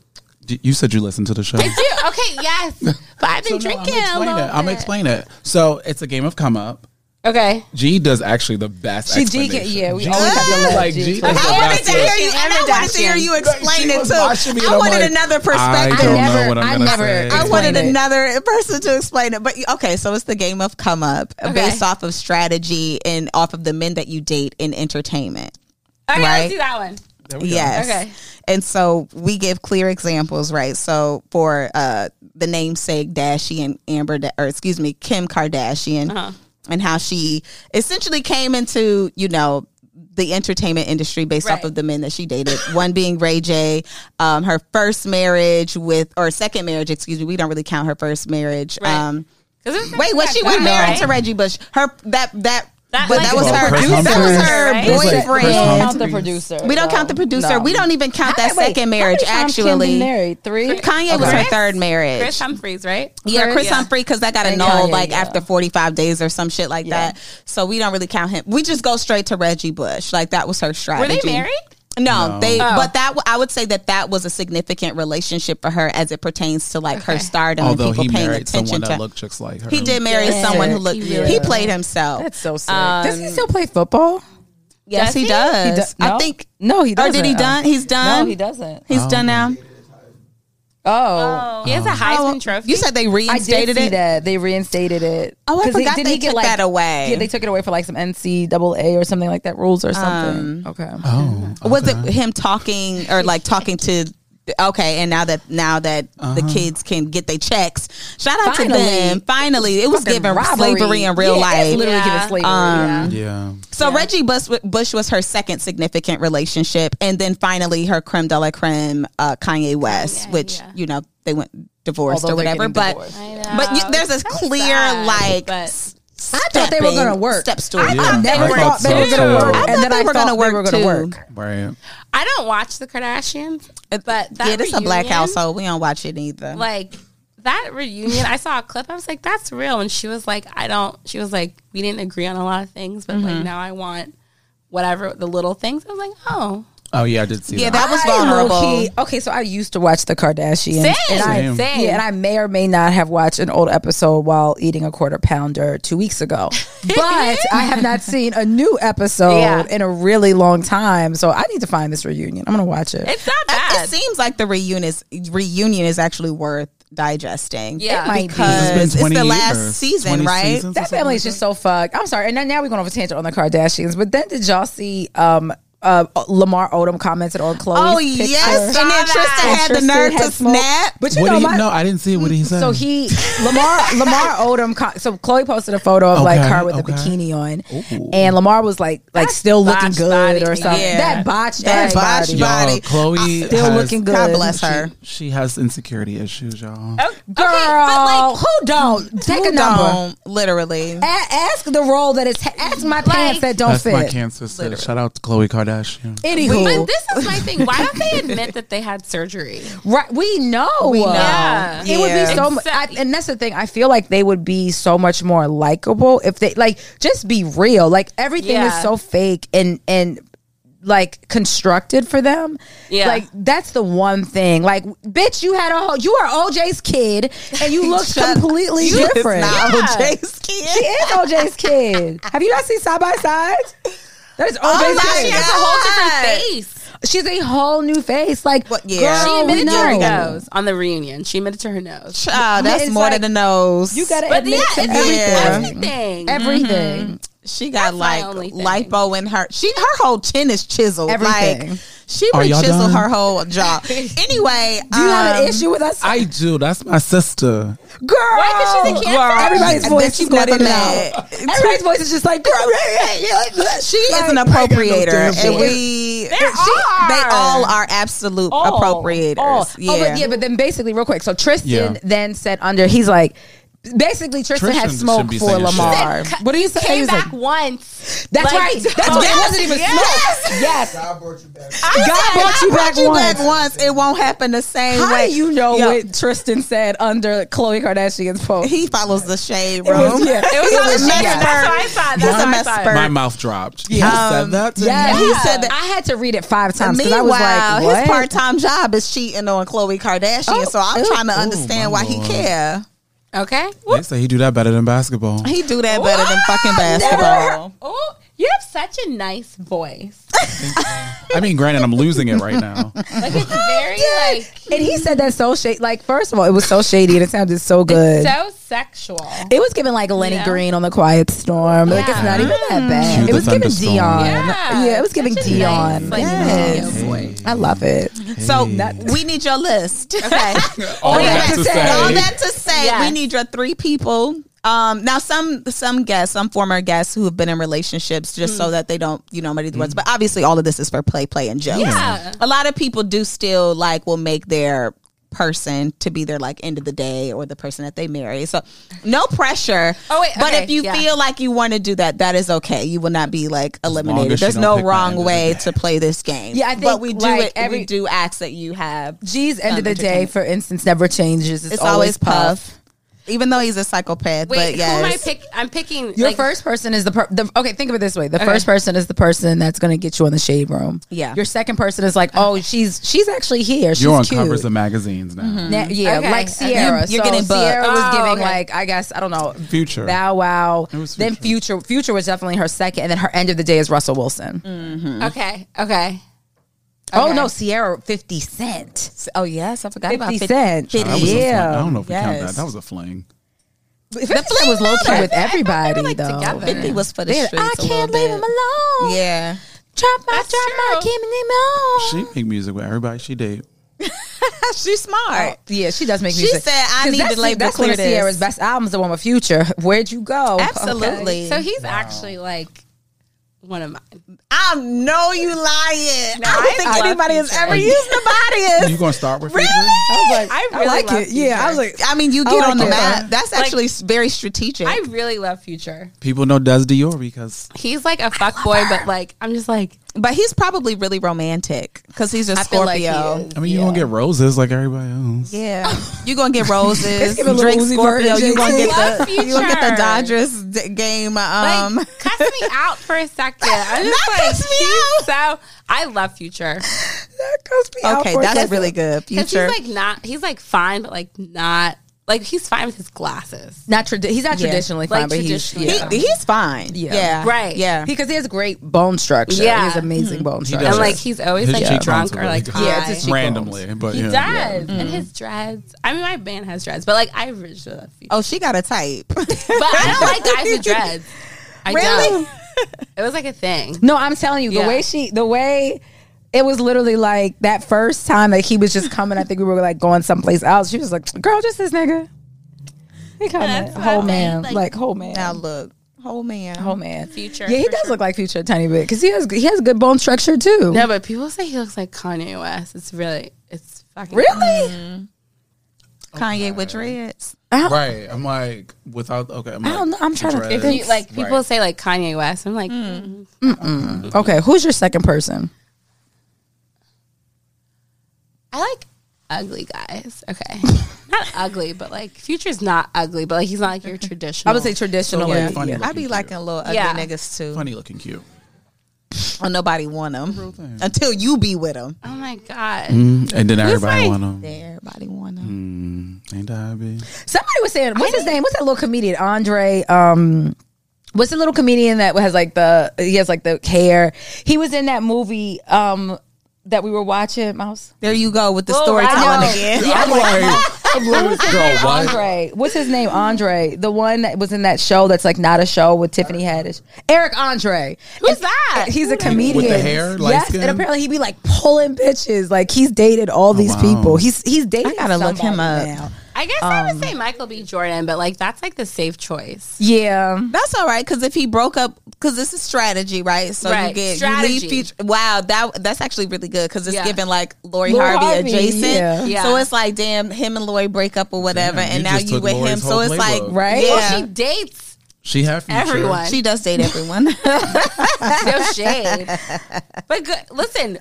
Speaker 3: D- You said you listened to the show.
Speaker 4: Dude, okay, yes, but I've been
Speaker 3: So no,
Speaker 4: drinking
Speaker 3: I'm explaining
Speaker 4: a little
Speaker 3: it. I'm
Speaker 4: bit.
Speaker 3: explaining it. So it's a game of come up.
Speaker 4: Okay.
Speaker 3: G does actually the best.
Speaker 8: She- G
Speaker 3: explanation.
Speaker 8: can- yeah, we
Speaker 3: G
Speaker 8: always have to let
Speaker 3: like
Speaker 8: G
Speaker 3: G.
Speaker 8: explain.
Speaker 3: does the
Speaker 2: I wanted
Speaker 3: best
Speaker 2: to hear
Speaker 3: ex-
Speaker 2: you, and I wanted to hear you explain
Speaker 3: She
Speaker 2: it
Speaker 3: was
Speaker 2: too.
Speaker 3: watching me and
Speaker 2: I
Speaker 3: I'm
Speaker 2: wanted
Speaker 3: like,
Speaker 2: another
Speaker 3: I
Speaker 2: perspective.
Speaker 3: don't
Speaker 8: I
Speaker 3: know
Speaker 8: never-
Speaker 3: what I'm
Speaker 8: I
Speaker 3: gonna
Speaker 8: never
Speaker 3: say.
Speaker 2: I
Speaker 8: explained
Speaker 2: wanted
Speaker 8: it.
Speaker 2: another person to explain it, but okay. So it's the game of come up uh, based off of strategy and off of the men that you date in entertainment.
Speaker 4: Okay,
Speaker 2: Right?
Speaker 4: let's do that one.
Speaker 2: Yes.
Speaker 4: Okay.
Speaker 2: And so we give clear examples, right? So for uh, the namesake Dashian Amber, da- or excuse me, Kim Kardashian,
Speaker 4: Uh-huh.
Speaker 2: and how she essentially came into, you know, the entertainment industry based off
Speaker 4: Right.
Speaker 2: of the men that she dated. One being Ray J, um, her first marriage with, or second marriage, excuse me. We don't really count her first marriage.
Speaker 4: Right.
Speaker 2: Um,
Speaker 4: 'Cause it's-
Speaker 2: wait, was she was
Speaker 4: Right?
Speaker 2: married to Reggie Bush? Her that that.
Speaker 4: That,
Speaker 2: but
Speaker 4: like,
Speaker 2: that was
Speaker 4: Oh,
Speaker 2: her.
Speaker 3: Chris
Speaker 2: That was
Speaker 3: Humphries.
Speaker 2: her
Speaker 4: Right?
Speaker 3: It was like Chris
Speaker 2: boyfriend.
Speaker 3: Humphries.
Speaker 2: We don't count the producer. We don't even count that second marriage. Actually,
Speaker 8: married three.
Speaker 2: Kanye was her third marriage.
Speaker 4: Chris Humphries, right?
Speaker 2: yeah, Chris Humphrey, because that got annulled
Speaker 8: Kanye,
Speaker 2: like
Speaker 8: yeah.
Speaker 2: after 45 days or some shit like
Speaker 8: Yeah.
Speaker 2: that. So we don't really count him. We just go straight to Reggie Bush. Like that was her
Speaker 4: Were
Speaker 2: strategy.
Speaker 4: they married?
Speaker 2: No,
Speaker 3: No.
Speaker 2: they.
Speaker 4: Oh.
Speaker 2: But that w- I would say that that was a significant relationship for her as it pertains to like her
Speaker 4: Okay.
Speaker 2: stardom
Speaker 3: Although
Speaker 2: and people
Speaker 3: he
Speaker 2: paying
Speaker 3: married
Speaker 2: attention
Speaker 3: someone
Speaker 2: to.
Speaker 3: that looked just like her.
Speaker 2: he did marry
Speaker 8: Yeah.
Speaker 2: someone who looked.
Speaker 8: He
Speaker 2: He,
Speaker 8: really did.
Speaker 2: played himself.
Speaker 8: That's so sick.
Speaker 2: Um,
Speaker 8: does he still play football?
Speaker 2: yes,
Speaker 4: Does
Speaker 2: he
Speaker 4: he?
Speaker 2: does.
Speaker 8: He does-
Speaker 2: I
Speaker 8: no?
Speaker 2: think.
Speaker 8: No, he
Speaker 2: Or
Speaker 8: doesn't.
Speaker 2: did he done? He's done.
Speaker 8: No, he doesn't.
Speaker 2: He's done now.
Speaker 8: Oh,
Speaker 4: He has a Heisman trophy.
Speaker 2: You said they
Speaker 8: I did
Speaker 2: reinstated
Speaker 8: see
Speaker 2: it.
Speaker 8: that they reinstated it.
Speaker 2: Oh, I
Speaker 8: 'Cause
Speaker 2: forgot
Speaker 8: did
Speaker 2: they took
Speaker 8: like,
Speaker 2: that away.
Speaker 8: Yeah, they took it away for like some NCAA or something like that rules or something. okay,
Speaker 3: Oh,
Speaker 2: Was
Speaker 3: okay.
Speaker 2: it him talking or like talking to? Okay, and now that now that the
Speaker 3: Uh-huh.
Speaker 2: kids can get their checks, shout out
Speaker 8: Finally.
Speaker 2: to them. Finally, it was
Speaker 8: Fucking
Speaker 2: given
Speaker 8: robbery.
Speaker 2: slavery in real
Speaker 8: Yeah,
Speaker 2: life. Um,
Speaker 8: It's literally
Speaker 4: Yeah. Um,
Speaker 8: giving slavery. yeah.
Speaker 3: Yeah.
Speaker 2: So Reggie Bush, Bush was her second significant relationship, and then finally her creme de la creme, uh, Kanye West, which you know they went divorced
Speaker 8: Although
Speaker 2: or
Speaker 8: they're
Speaker 2: whatever.
Speaker 8: getting
Speaker 2: But
Speaker 8: divorced. Oh,
Speaker 4: I know.
Speaker 2: but you, there's a
Speaker 4: It's so
Speaker 2: clear
Speaker 4: sad,
Speaker 2: like
Speaker 4: but-
Speaker 2: s-
Speaker 4: I thought they were going to work.
Speaker 2: Step story.
Speaker 4: I
Speaker 3: Yeah.
Speaker 4: never
Speaker 3: I
Speaker 4: thought
Speaker 3: thought
Speaker 4: they were
Speaker 3: so,
Speaker 4: going to
Speaker 3: too.
Speaker 4: work,
Speaker 3: I
Speaker 4: and then
Speaker 2: thought
Speaker 4: I
Speaker 2: they were
Speaker 4: thought
Speaker 2: gonna
Speaker 4: they were
Speaker 2: work,
Speaker 4: going to
Speaker 2: too.
Speaker 4: work.
Speaker 3: Right.
Speaker 8: I don't watch the Kardashians, but that
Speaker 2: yeah, this a black
Speaker 8: reunion,
Speaker 2: household. We don't watch it either.
Speaker 8: Like that reunion, I saw a clip. I was like, "That's real." And she was like, "I don't." She was like, "We didn't agree on a lot of things, but
Speaker 2: Mm-hmm.
Speaker 8: like now I want whatever the little things." I was like, "Oh,
Speaker 3: Oh yeah, I did see
Speaker 2: yeah,
Speaker 3: that.
Speaker 2: that was
Speaker 4: I
Speaker 2: vulnerable.
Speaker 4: low-key- okay, so I used to watch the Kardashians,
Speaker 8: same,
Speaker 4: and I
Speaker 8: same."
Speaker 4: Yeah, and I may or may not have watched an old episode while eating a quarter pounder two weeks ago. But I have not seen a new episode
Speaker 8: Yeah.
Speaker 4: in a really long time. So I need to find this reunion. I'm going to watch it.
Speaker 8: it's not
Speaker 2: I-
Speaker 8: bad.
Speaker 2: It seems like the reunion is reunion is actually worth digesting.
Speaker 8: Yeah. It might be.
Speaker 2: because
Speaker 3: It's
Speaker 2: it's,
Speaker 3: been 20
Speaker 2: the last
Speaker 3: years,
Speaker 2: season,
Speaker 3: 20
Speaker 2: right?
Speaker 3: seasons or
Speaker 4: that family is just so fucked. I'm sorry. And then now we're going over tangent on the Kardashians. But then did y'all see um, uh, Lamar Odom commented on Chloe?
Speaker 2: Oh yes, and then Tristan had the nerve to snap.
Speaker 4: But you
Speaker 3: What
Speaker 4: know,
Speaker 3: do you,
Speaker 4: my-
Speaker 3: no, I didn't see what he said.
Speaker 4: So he Lamar Lamar Odom. co- So Chloe posted a photo of like
Speaker 3: Okay,
Speaker 4: her with
Speaker 3: okay.
Speaker 4: a bikini on,
Speaker 3: Ooh.
Speaker 4: and Lamar was like like still looking
Speaker 8: botched
Speaker 4: good
Speaker 8: body.
Speaker 4: or something.
Speaker 2: Yeah.
Speaker 4: That botched
Speaker 2: That
Speaker 4: ass
Speaker 2: botched
Speaker 4: body.
Speaker 3: y'all,
Speaker 2: body.
Speaker 3: Chloe
Speaker 4: Still
Speaker 3: has-
Speaker 4: looking good.
Speaker 2: God bless her.
Speaker 3: She has insecurity issues, y'all.
Speaker 4: Girl, who don't take a
Speaker 2: Who
Speaker 4: number?
Speaker 2: don't, literally.
Speaker 4: A- ask the role that is. Ask my pants that don't
Speaker 3: That's my
Speaker 4: fit.
Speaker 3: cancer sis. Shout out to Chloe Kardashian.
Speaker 8: But
Speaker 4: Anywho,
Speaker 8: this is my thing. Why don't they admit that they had surgery?
Speaker 4: right? We know. We
Speaker 2: know.
Speaker 8: Yeah.
Speaker 4: It would be
Speaker 2: Yeah.
Speaker 4: so much,
Speaker 8: Exact-
Speaker 4: and that's the thing. I feel like they would be so much more likable if they like just be real. Like everything
Speaker 8: Yeah.
Speaker 4: is so fake and and like constructed for them.
Speaker 8: Yeah.
Speaker 4: like that's the one thing. Like, bitch, you had a whole. You are OJ's kid, and you looked
Speaker 2: Shut-
Speaker 4: completely
Speaker 2: You is
Speaker 4: different.
Speaker 2: not OJ's kid.
Speaker 4: She is OJ's kid. Have you not seen side by side? That is OJ's
Speaker 2: Oh my
Speaker 4: kid.
Speaker 8: She has a
Speaker 2: God.
Speaker 8: whole different face.
Speaker 4: She's a whole new face. Like,
Speaker 2: What- yeah.
Speaker 4: girl,
Speaker 8: She
Speaker 4: we
Speaker 8: admitted to her
Speaker 4: know.
Speaker 8: nose on the reunion. She admitted to her nose.
Speaker 2: Child, Oh, that's
Speaker 4: It's
Speaker 2: more
Speaker 4: like-
Speaker 2: than a nose.
Speaker 4: You gotta
Speaker 8: But
Speaker 4: admit
Speaker 8: yeah,
Speaker 4: to
Speaker 8: it's everything.
Speaker 4: everything. Everything.
Speaker 2: She got
Speaker 8: my
Speaker 2: like
Speaker 8: only thing.
Speaker 2: lipo in her. She her whole chin is chiseled.
Speaker 4: Everything.
Speaker 2: Like she
Speaker 3: Are
Speaker 2: would
Speaker 3: y'all
Speaker 2: chisel
Speaker 3: done?
Speaker 2: her whole jaw. anyway,
Speaker 4: Do you have
Speaker 2: um,
Speaker 4: an issue with us,
Speaker 3: I do. That's my sister.
Speaker 4: girl?
Speaker 8: Why, 'cause she's a cancer?
Speaker 4: Girl, Everybody's
Speaker 2: This
Speaker 4: voice
Speaker 2: is
Speaker 4: is going
Speaker 2: never
Speaker 4: in and
Speaker 2: mad.
Speaker 4: out. Everybody's voice is just like, girl.
Speaker 2: She is an appropriator, and we she, they all are absolute appropriators.
Speaker 4: Oh,
Speaker 2: yeah.
Speaker 4: Oh, but yeah, but then basically, real quick. So Tristan
Speaker 3: Yeah.
Speaker 4: then said under, he's like, basically, Tristan,
Speaker 3: Tristan
Speaker 4: had
Speaker 3: shouldn't
Speaker 4: smoke
Speaker 3: be
Speaker 4: for
Speaker 3: saying shit.
Speaker 4: Lamar. What do you say? He
Speaker 8: Came
Speaker 4: was like,
Speaker 8: back once.
Speaker 4: That's
Speaker 8: Like,
Speaker 4: right. That's what it wasn't even smoke. Oh, Yes.
Speaker 9: God brought you back.
Speaker 4: God brought you back
Speaker 2: you
Speaker 4: once.
Speaker 2: back once, it won't happen the same
Speaker 4: How
Speaker 2: way.
Speaker 4: do you know
Speaker 2: Yo,
Speaker 4: what Tristan said under Khloe Kardashian's post?
Speaker 2: He follows the shade
Speaker 4: It
Speaker 2: room.
Speaker 4: was- yeah.
Speaker 8: It was, on the
Speaker 2: messed
Speaker 8: shade. That's
Speaker 2: up.
Speaker 8: what I saw. That's
Speaker 2: That's a
Speaker 8: what I
Speaker 2: mess
Speaker 8: saw.
Speaker 2: bird.
Speaker 3: My mouth dropped. You said that to
Speaker 4: yeah,
Speaker 3: me?
Speaker 4: he
Speaker 2: Yeah.
Speaker 4: said that. I had to read it five times because I
Speaker 2: Meanwhile,
Speaker 4: was like, what?
Speaker 2: his part-time job is cheating on Khloe Kardashian,
Speaker 4: Oh,
Speaker 2: so I'm
Speaker 4: ew.
Speaker 2: trying to
Speaker 3: Oh,
Speaker 2: understand
Speaker 3: my
Speaker 2: why he
Speaker 3: Lord.
Speaker 2: care.
Speaker 8: Okay.
Speaker 3: They say he do that better than basketball.
Speaker 2: He do that better than fucking basketball.
Speaker 8: Oh, you have such a nice voice.
Speaker 3: I mean, granted, I'm losing it right now.
Speaker 8: Like it's very like
Speaker 4: and he said that so shady. Like, first of all, it was so shady and it sounded so good.
Speaker 8: so sexual.
Speaker 4: it was giving like Lenny
Speaker 8: Yeah.
Speaker 4: Green on the Quiet Storm. Like, it's
Speaker 8: Yeah.
Speaker 4: not even that
Speaker 3: Cue
Speaker 4: bad. It
Speaker 3: the
Speaker 4: was giving
Speaker 3: thunderstorm.
Speaker 4: Dion. Yeah,
Speaker 8: Yeah.
Speaker 4: it was giving
Speaker 8: Such a
Speaker 4: Dion.
Speaker 8: nice, like,
Speaker 4: yes. I love it.
Speaker 2: So we need your list. Okay.
Speaker 3: All
Speaker 2: Okay.
Speaker 3: that to say.
Speaker 2: All that to say,
Speaker 8: Yes.
Speaker 2: we need your three people. Um, now some some guests, some former guests who have been in relationships, just
Speaker 8: Hmm.
Speaker 2: so that they don't, you know,
Speaker 3: Hmm.
Speaker 2: muddy the words. But obviously, all of this is for play, play, and jokes.
Speaker 8: Yeah.
Speaker 2: A lot of people do still like will make their person to be their like end of the day or the person that they marry. So no pressure.
Speaker 8: Oh, wait,
Speaker 2: but
Speaker 8: okay,
Speaker 2: if you
Speaker 8: yeah.
Speaker 2: feel like you want to do that, that is okay. You will not be like
Speaker 3: long
Speaker 2: eliminated.
Speaker 3: as you
Speaker 2: There's
Speaker 3: don't
Speaker 2: no
Speaker 3: pick the end
Speaker 2: wrong
Speaker 3: of the
Speaker 2: way
Speaker 3: day.
Speaker 2: to play this game.
Speaker 4: Yeah, I think,
Speaker 2: but we do
Speaker 4: like,
Speaker 2: it.
Speaker 4: every-
Speaker 2: we do ask that you have
Speaker 4: G's end of the day,
Speaker 2: entertainment.
Speaker 4: for instance, never changes. It's,
Speaker 2: It's, always, Puff. Even though he's a psychopath,
Speaker 8: Wait,
Speaker 2: but yes.
Speaker 8: who am I pick? I'm picking
Speaker 4: Your
Speaker 8: like,
Speaker 4: first person is the, per- the okay. Think of it this way: the first person is the person that's going to get you in the shade room.
Speaker 2: Yeah.
Speaker 4: Your second person is like, oh, she's she's actually here. She's
Speaker 3: You're on
Speaker 4: cute. Mm-hmm.
Speaker 3: covers of magazines now.
Speaker 4: Na- yeah,
Speaker 8: Okay, okay.
Speaker 4: like Sierra.
Speaker 2: You- you're
Speaker 4: So
Speaker 2: getting booked.
Speaker 4: Sierra was
Speaker 8: Oh,
Speaker 4: giving
Speaker 8: okay.
Speaker 4: like I guess I don't know
Speaker 3: Future.
Speaker 4: Bow Wow.
Speaker 3: was
Speaker 4: Then Future Future was definitely her second, and then her end of the day is Russell Wilson.
Speaker 8: Mm-hmm. Okay. Okay.
Speaker 4: Oh
Speaker 8: Okay.
Speaker 4: no, Sierra Fifty Cent.
Speaker 2: oh yes, I forgot about 50
Speaker 4: Fifty Cent.
Speaker 3: That was a fling.
Speaker 4: yeah,
Speaker 3: I don't know if we count
Speaker 2: Yes.
Speaker 3: that. That was a fling.
Speaker 4: Fifty Cent was low key with everybody though.
Speaker 8: together.
Speaker 2: 50 was for the
Speaker 4: They-
Speaker 2: streets.
Speaker 4: I
Speaker 2: a little
Speaker 4: can't leave him
Speaker 2: bit.
Speaker 4: alone.
Speaker 2: Yeah.
Speaker 4: Drop my,
Speaker 8: That's
Speaker 4: drop my,
Speaker 8: true.
Speaker 4: keep me
Speaker 3: She make music with everybody she date.
Speaker 2: She's smart.
Speaker 4: Yeah, she does make
Speaker 2: She
Speaker 4: music.
Speaker 2: said, I
Speaker 4: 'Cause
Speaker 2: need
Speaker 4: that's-
Speaker 2: to label
Speaker 4: That's one
Speaker 2: clear
Speaker 4: of
Speaker 2: this.
Speaker 4: Sierra's best albums, the one with Future. Where'd you go?
Speaker 2: Absolutely.
Speaker 8: So he's actually like
Speaker 4: one of mine.
Speaker 5: I know you lying. I
Speaker 4: I
Speaker 5: don't think
Speaker 4: love
Speaker 5: anybody has
Speaker 4: Future.
Speaker 5: ever used the body.
Speaker 3: You gonna start with
Speaker 5: Really?
Speaker 3: Future?
Speaker 4: I really
Speaker 2: like
Speaker 4: love
Speaker 2: it. Yeah, I was like,
Speaker 5: I mean, you
Speaker 2: I
Speaker 5: get
Speaker 2: like
Speaker 5: on the
Speaker 2: it.
Speaker 5: map. That's actually s very strategic.
Speaker 4: I really love Future.
Speaker 3: People know Does Dior because
Speaker 4: He's like a fuck boy, but like I'm just like
Speaker 5: but he's probably really romantic because he's a Scorpio.
Speaker 3: I mean you gonna get roses like everybody else.
Speaker 5: yeah, you gonna get roses,
Speaker 2: give a little
Speaker 5: drink
Speaker 2: Uzi
Speaker 5: Scorpio.
Speaker 2: Vert and
Speaker 5: You gonna
Speaker 2: Jay-Z.
Speaker 5: get the
Speaker 4: Love
Speaker 5: you gonna get the
Speaker 4: Future.
Speaker 5: Dodgers d- game. Um,
Speaker 4: like cuss me out for a second. I'm just
Speaker 5: Not
Speaker 4: like,
Speaker 5: cuss me
Speaker 4: he's so I love Future.
Speaker 5: okay, that's really good.
Speaker 4: Because he's
Speaker 5: Future.
Speaker 4: like not he's like fine, but like not like he's fine with his glasses.
Speaker 2: Not tradi- he's not
Speaker 5: Yeah.
Speaker 2: traditionally
Speaker 4: Like
Speaker 2: fine, but
Speaker 4: traditionally
Speaker 2: he's
Speaker 4: fine.
Speaker 2: yeah.
Speaker 5: he, he's fine. Yeah.
Speaker 2: Yeah.
Speaker 4: Right.
Speaker 5: Yeah. Hmm.
Speaker 2: because he has great bone structure.
Speaker 4: Yeah.
Speaker 2: He has amazing bone structure.
Speaker 3: does.
Speaker 4: And like he's always
Speaker 3: His
Speaker 4: like
Speaker 3: cheekbones
Speaker 4: drunk
Speaker 3: are
Speaker 4: or
Speaker 3: really
Speaker 4: like
Speaker 3: good.
Speaker 4: high.
Speaker 2: Yeah, it's his cheek-
Speaker 3: Randomly, but
Speaker 4: he
Speaker 3: yeah.
Speaker 4: does.
Speaker 2: Mm.
Speaker 4: And his dreads. I mean my band has dreads, but like I really love Future.
Speaker 5: Oh, she got a type. but
Speaker 4: But I don't like guys with dreads. I
Speaker 5: Really?
Speaker 4: don't. It was like a thing.
Speaker 2: No, I'm telling you, the
Speaker 4: Yeah.
Speaker 2: way she, the way it was literally like that first time that he was just coming. I think we were like going someplace else. She was like, "Girl, just this nigga." He coming,
Speaker 4: That's what
Speaker 2: whole
Speaker 4: I
Speaker 2: man,
Speaker 4: think,
Speaker 2: like,
Speaker 4: like-
Speaker 2: whole man,
Speaker 5: Now look, whole man.
Speaker 2: whole man.
Speaker 4: Future,
Speaker 2: yeah, he
Speaker 4: for
Speaker 2: does
Speaker 4: sure.
Speaker 2: look like Future a tiny bit because he has he has good bone structure too.
Speaker 4: No, but people say he looks like Kanye West. It's really, it's fucking
Speaker 2: Really?
Speaker 5: Mm-hmm. Kanye with dreads.
Speaker 3: Right. I'm like without okay, I'm
Speaker 2: I don't know. I'm trying to
Speaker 4: If
Speaker 3: dreads.
Speaker 4: you, like people
Speaker 3: Right.
Speaker 4: say like Kanye West, I'm like mm,
Speaker 2: Okay, who's your second person?
Speaker 4: I like ugly guys. Okay, not ugly, but like Future's not ugly, but like he's not like your traditional.
Speaker 2: I would say traditional.
Speaker 3: So,
Speaker 2: yeah.
Speaker 3: like, funny
Speaker 5: I
Speaker 3: looking
Speaker 5: be
Speaker 3: cute.
Speaker 5: liking little ugly
Speaker 4: Yeah.
Speaker 5: niggas too.
Speaker 3: funny looking cute.
Speaker 5: Oh, nobody want them until you be with them.
Speaker 4: Oh my god,
Speaker 2: Mm.
Speaker 3: And then everybody
Speaker 4: like-
Speaker 3: want them.
Speaker 5: Everybody want them.
Speaker 3: Ain't I be?
Speaker 2: Somebody was saying, what's his name? What's that little comedian? Andre. Um, what's the little comedian that has like the he has like the hair? He was in that movie um that we were watching. Mouse.
Speaker 5: There you go with the
Speaker 4: Whoa,
Speaker 5: storytelling
Speaker 4: wow.
Speaker 5: again.
Speaker 3: I'm like, I'm like, girl, what?
Speaker 2: Andre. What's his name? Andre. The one that was in that show that's like not a show with Tiffany Haddish. Eric Andre.
Speaker 4: Who's that?
Speaker 2: He's a comedian.
Speaker 3: With the hair, light
Speaker 2: yes,
Speaker 3: skin?
Speaker 2: and apparently he be like pulling bitches. Like he's dated all these
Speaker 3: Oh, wow.
Speaker 2: people. He's he's dated.
Speaker 5: I gotta look
Speaker 2: somebody
Speaker 5: him up.
Speaker 2: now.
Speaker 4: I guess I
Speaker 2: Um,
Speaker 4: would say Michael B. Jordan, but like that's like the safe choice.
Speaker 2: Yeah.
Speaker 5: That's all right because if he broke up, because this is strategy, right? So you
Speaker 4: Right,
Speaker 5: get you
Speaker 4: strategy.
Speaker 5: leave future. Wow, that that's actually really good because it's
Speaker 4: Yeah.
Speaker 5: giving like Lori
Speaker 2: Lori
Speaker 5: Harvey,
Speaker 2: Harvey,
Speaker 5: adjacent.
Speaker 2: yeah.
Speaker 4: Yeah.
Speaker 5: So it's like, damn, him and Lori break up or whatever,
Speaker 3: Damn,
Speaker 5: and
Speaker 3: you
Speaker 5: now
Speaker 3: just
Speaker 5: you
Speaker 3: took
Speaker 5: with
Speaker 3: Lori's
Speaker 5: him. So
Speaker 3: whole
Speaker 5: it's like,
Speaker 3: playbook.
Speaker 2: Right?
Speaker 5: Yeah.
Speaker 4: She dates
Speaker 3: She have future.
Speaker 4: everyone.
Speaker 5: she does date everyone.
Speaker 4: no shade, but good. Listen,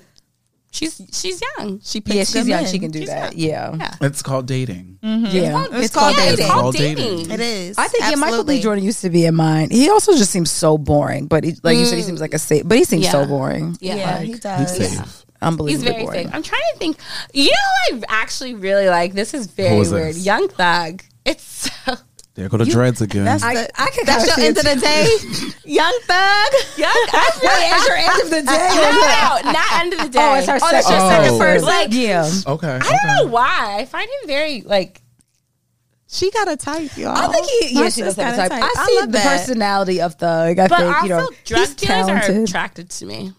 Speaker 4: she's she's young.
Speaker 5: she picks
Speaker 2: Yeah, she's
Speaker 5: them
Speaker 2: young.
Speaker 5: in.
Speaker 2: She can do that. Yeah.
Speaker 4: Yeah.
Speaker 3: It's called dating.
Speaker 2: Yeah.
Speaker 5: It's, called
Speaker 4: Yeah,
Speaker 5: dating.
Speaker 4: it's called
Speaker 3: Dating.
Speaker 4: dating.
Speaker 5: It is.
Speaker 2: I think yeah, Michael B.
Speaker 5: Absolutely.
Speaker 2: Jordan used to be in mine. He also just seems so boring. But he, like you said, he seems like a safe. But he seems
Speaker 4: Mm. Yeah.
Speaker 2: so boring.
Speaker 4: Yeah.
Speaker 5: Yeah, he
Speaker 4: Mm-hmm.
Speaker 3: He's
Speaker 5: does.
Speaker 3: safe.
Speaker 4: He's
Speaker 2: unbelievably
Speaker 4: very
Speaker 2: boring.
Speaker 4: thick. I'm trying to think. You know, who I actually really like. This is very
Speaker 3: Who is
Speaker 4: weird.
Speaker 3: this?
Speaker 4: Young Thug. It's so
Speaker 3: There go the dreads again.
Speaker 5: That's
Speaker 2: I-
Speaker 5: the,
Speaker 2: I could
Speaker 5: that's
Speaker 2: kinda
Speaker 5: your end
Speaker 2: see
Speaker 5: of
Speaker 2: it
Speaker 5: the day, young thug.
Speaker 4: young. I
Speaker 2: Wait,
Speaker 4: really,
Speaker 2: is your end of the day?
Speaker 4: no, no, no, not end of the day.
Speaker 2: Oh, it's our
Speaker 4: that's
Speaker 2: second,
Speaker 4: your
Speaker 3: Oh.
Speaker 4: second person.
Speaker 2: person.
Speaker 4: Like,
Speaker 2: yeah.
Speaker 3: okay.
Speaker 4: I don't know why. I find him very like.
Speaker 5: She got a type, y'all.
Speaker 2: I think he, yeah, she does have a type. I, see the personality of Thug. I
Speaker 4: But
Speaker 2: think
Speaker 4: also,
Speaker 2: you know,
Speaker 4: drug
Speaker 2: he's
Speaker 4: dealers are
Speaker 2: talented.
Speaker 4: attracted to me.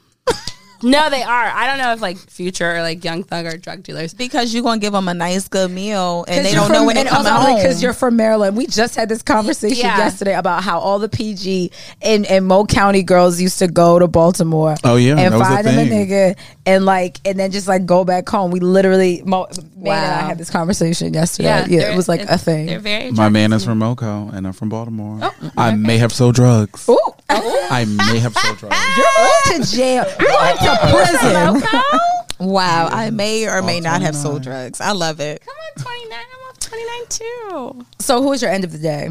Speaker 4: no, they are. I don't know if like Future or like Young Thug are drug dealers.
Speaker 5: because you're gonna give them a nice good meal and they
Speaker 2: you're
Speaker 5: don't know
Speaker 2: from-
Speaker 5: when it
Speaker 2: and
Speaker 5: comes
Speaker 2: also,
Speaker 5: home.
Speaker 2: Because you're from Maryland, we just had this conversation
Speaker 4: Yeah.
Speaker 2: yesterday about how all the PG and and Mo County girls used to go to Baltimore.
Speaker 3: Oh, yeah,
Speaker 2: and
Speaker 3: that was a
Speaker 2: find them a
Speaker 3: thing.
Speaker 2: nigga and like and then just like go back home. We literally Mo, May and I
Speaker 4: Wow.
Speaker 2: had this conversation yesterday. Yeah,
Speaker 4: they're-
Speaker 2: it was like a
Speaker 4: it's-
Speaker 2: thing.
Speaker 4: They're very.
Speaker 3: My
Speaker 4: attracted
Speaker 3: man
Speaker 4: to
Speaker 3: is
Speaker 4: me.
Speaker 3: from Moco, and I'm from Baltimore. I may have sold drugs.
Speaker 2: Oh, Ooh, Oh,
Speaker 5: Oh,
Speaker 3: I may have sold drugs.
Speaker 2: you're going to jail. You're going to prison.
Speaker 5: wow, I may or may
Speaker 3: All
Speaker 5: not have
Speaker 3: 29.
Speaker 5: sold drugs. I love it.
Speaker 4: Come on, twenty nine. I'm off twenty nine too.
Speaker 2: So who is your end of the day?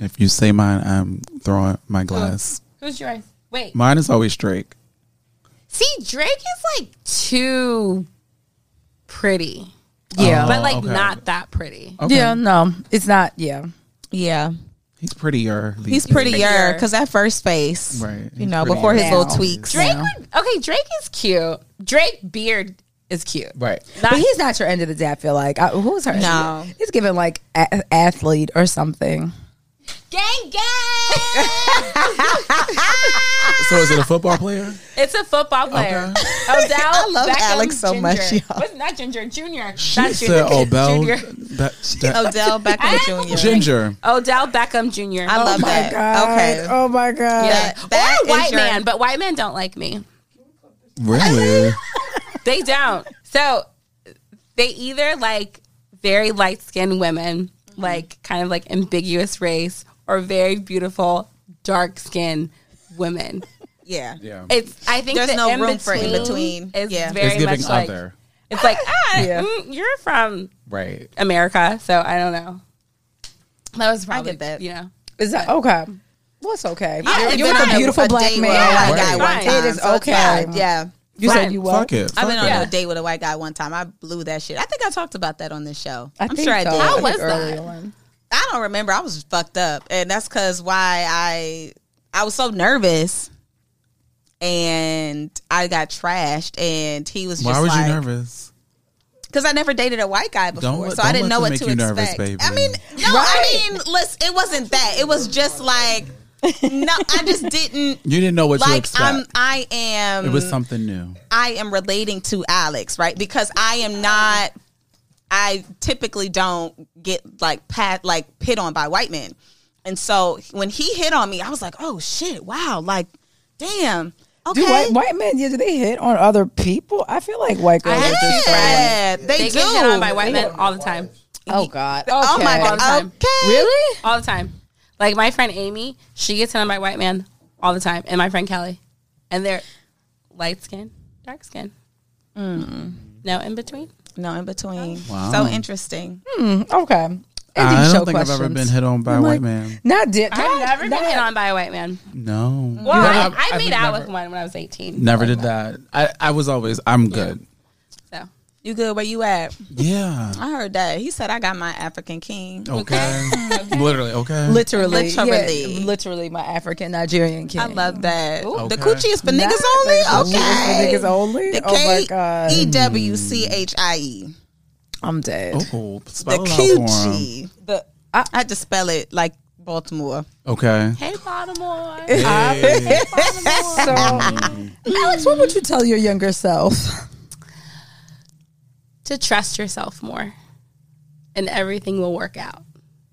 Speaker 3: If you say mine, I'm throwing my glass.
Speaker 4: Who's yours? Wait.
Speaker 3: Mine is always Drake.
Speaker 4: See, Drake is like too pretty,
Speaker 2: Yeah.
Speaker 4: but like
Speaker 3: Oh, okay.
Speaker 4: not that pretty.
Speaker 3: Okay.
Speaker 2: Yeah, no, it's not. Yeah,
Speaker 5: Yeah,
Speaker 3: He's prettier. these
Speaker 5: he's
Speaker 3: days.
Speaker 5: prettier
Speaker 4: prettier.
Speaker 5: because at first face,
Speaker 3: Right,
Speaker 5: You
Speaker 3: he's
Speaker 5: know,
Speaker 3: prettier.
Speaker 5: before his
Speaker 2: Now.
Speaker 5: little tweaks.
Speaker 4: Drake would okay. Drake is cute. Drake beard is cute.
Speaker 3: Right.
Speaker 4: Not,
Speaker 2: but he's not your end of the day. I feel like I, who's her?
Speaker 5: No.
Speaker 2: it's given like a- athlete or something.
Speaker 4: gang
Speaker 3: So is it a football player?
Speaker 4: It's a football player. Odell I
Speaker 2: love Alex so much, y'all.
Speaker 4: not Ginger Junior.
Speaker 3: She
Speaker 4: not
Speaker 3: said
Speaker 4: Junior.
Speaker 3: Obel.
Speaker 4: Junior.
Speaker 3: That, that,
Speaker 2: Odell Beckham Jr.
Speaker 3: Ginger.
Speaker 4: Odell Beckham Junior.
Speaker 2: I love that. Okay.
Speaker 8: Oh my god.
Speaker 4: yeah.
Speaker 2: that- that
Speaker 4: or a white
Speaker 2: is your-
Speaker 4: man, but white men don't like me.
Speaker 3: Really?
Speaker 4: They don't. So they either like very light skinned women, like kind of like ambiguous race, or very beautiful dark skinned women.
Speaker 2: Yeah.
Speaker 3: Yeah.
Speaker 4: It's I think
Speaker 2: There's
Speaker 4: the
Speaker 2: no
Speaker 4: in
Speaker 2: room for
Speaker 4: between
Speaker 2: in-between.
Speaker 4: Is
Speaker 2: Yeah.
Speaker 4: very
Speaker 3: it's giving
Speaker 4: much like
Speaker 3: other.
Speaker 4: it's like ah,
Speaker 8: Yeah.
Speaker 4: mm, you're from
Speaker 3: Right.
Speaker 4: America, so I don't know. That was probably
Speaker 2: get that.
Speaker 4: You know,
Speaker 8: Is that okay? Well, it's okay.
Speaker 2: I
Speaker 8: You're with
Speaker 2: had
Speaker 8: a beautiful
Speaker 2: a
Speaker 8: black
Speaker 2: date
Speaker 8: man.
Speaker 2: With a white
Speaker 3: Right.
Speaker 2: guy one
Speaker 4: It
Speaker 2: time,
Speaker 8: is
Speaker 2: so it's
Speaker 8: okay.
Speaker 2: fine. Yeah.
Speaker 8: You
Speaker 4: Fine.
Speaker 8: said you what?
Speaker 3: Fuck it.
Speaker 2: I've been
Speaker 3: Fuck
Speaker 2: on
Speaker 3: it.
Speaker 2: a date with a white guy one time. I blew that shit. I think I talked about that on this show.
Speaker 8: I
Speaker 2: am
Speaker 8: think
Speaker 2: sure I
Speaker 8: so.
Speaker 2: did.
Speaker 8: I
Speaker 2: I,
Speaker 8: think
Speaker 2: was
Speaker 8: early
Speaker 2: not.
Speaker 8: on.
Speaker 2: I don't remember. I was fucked up, and that's because why I I was so nervous, and I got trashed, and he was just
Speaker 3: Why was
Speaker 2: like,
Speaker 3: you nervous?
Speaker 2: Because I never dated a white guy before,
Speaker 3: Don't let-
Speaker 2: so I
Speaker 3: don't
Speaker 2: didn't
Speaker 3: let
Speaker 2: know
Speaker 3: them
Speaker 2: what
Speaker 3: make
Speaker 2: to
Speaker 3: you
Speaker 2: expect.
Speaker 3: nervous, baby.
Speaker 2: I mean, no, I mean, listen, it wasn't that. It was just like, no, I just didn't.
Speaker 3: You didn't know what to
Speaker 2: Like
Speaker 3: expect.
Speaker 2: I'm, I am.
Speaker 3: it was something new.
Speaker 2: I am relating to Alex, right? Because I am not. I typically don't get like pat like hit on by white men, and so when he hit on me, I was like, oh shit, wow, like, damn, okay.
Speaker 8: Do white, white men, yeah, do they hit on other people? I feel like white girls.
Speaker 4: had
Speaker 8: are
Speaker 4: two
Speaker 8: just like-
Speaker 2: yeah, they,
Speaker 4: they
Speaker 2: do.
Speaker 4: get hit on by white men all the time.
Speaker 8: oh God.
Speaker 2: Oh my
Speaker 8: Okay.
Speaker 4: All the
Speaker 2: god.
Speaker 4: time.
Speaker 2: Okay.
Speaker 8: Really?
Speaker 4: all the time. Like my friend Amy, she gets hit on by white man all the time, and my friend Kelly, and they're light skin, dark skin,
Speaker 8: Mm.
Speaker 4: no in between.
Speaker 2: No, in between.
Speaker 3: Wow.
Speaker 2: So interesting.
Speaker 8: Okay. And
Speaker 3: I
Speaker 8: these
Speaker 3: don't
Speaker 8: show
Speaker 3: think I've ever been
Speaker 8: questions.
Speaker 3: hit on by a
Speaker 8: I'm
Speaker 3: white
Speaker 8: like,
Speaker 3: man.
Speaker 8: Not did.
Speaker 4: I've
Speaker 8: not-
Speaker 4: never been
Speaker 8: not-
Speaker 4: hit on by a white man.
Speaker 3: No.
Speaker 4: Well,
Speaker 3: Never-
Speaker 4: I, I
Speaker 3: I've
Speaker 4: made out
Speaker 3: never-
Speaker 4: with one when I was eighteen.
Speaker 3: Never did that. I, I was always, I'm good.
Speaker 4: So
Speaker 2: You good where you at?
Speaker 3: Yeah.
Speaker 2: I heard that. He said I got my African king.
Speaker 3: Okay. Literally, okay.
Speaker 8: Literally,
Speaker 2: Literally.
Speaker 8: yeah, literally, my African Nigerian kid.
Speaker 2: I love that. The
Speaker 3: Okay.
Speaker 2: coochie is for
Speaker 8: Not
Speaker 2: niggas
Speaker 8: the
Speaker 2: only.
Speaker 8: coochie
Speaker 2: Okay,
Speaker 8: is for niggas only?
Speaker 2: The
Speaker 8: Oh my God.
Speaker 2: K E W C H I E.
Speaker 8: I'm dead.
Speaker 3: oh,
Speaker 2: The
Speaker 3: spell it out for 'em.
Speaker 2: coochie. The I, I had to spell it like Baltimore.
Speaker 3: Okay.
Speaker 4: hey, Baltimore.
Speaker 8: So, Alex, what would you tell your younger self?
Speaker 4: to trust yourself more and everything will work out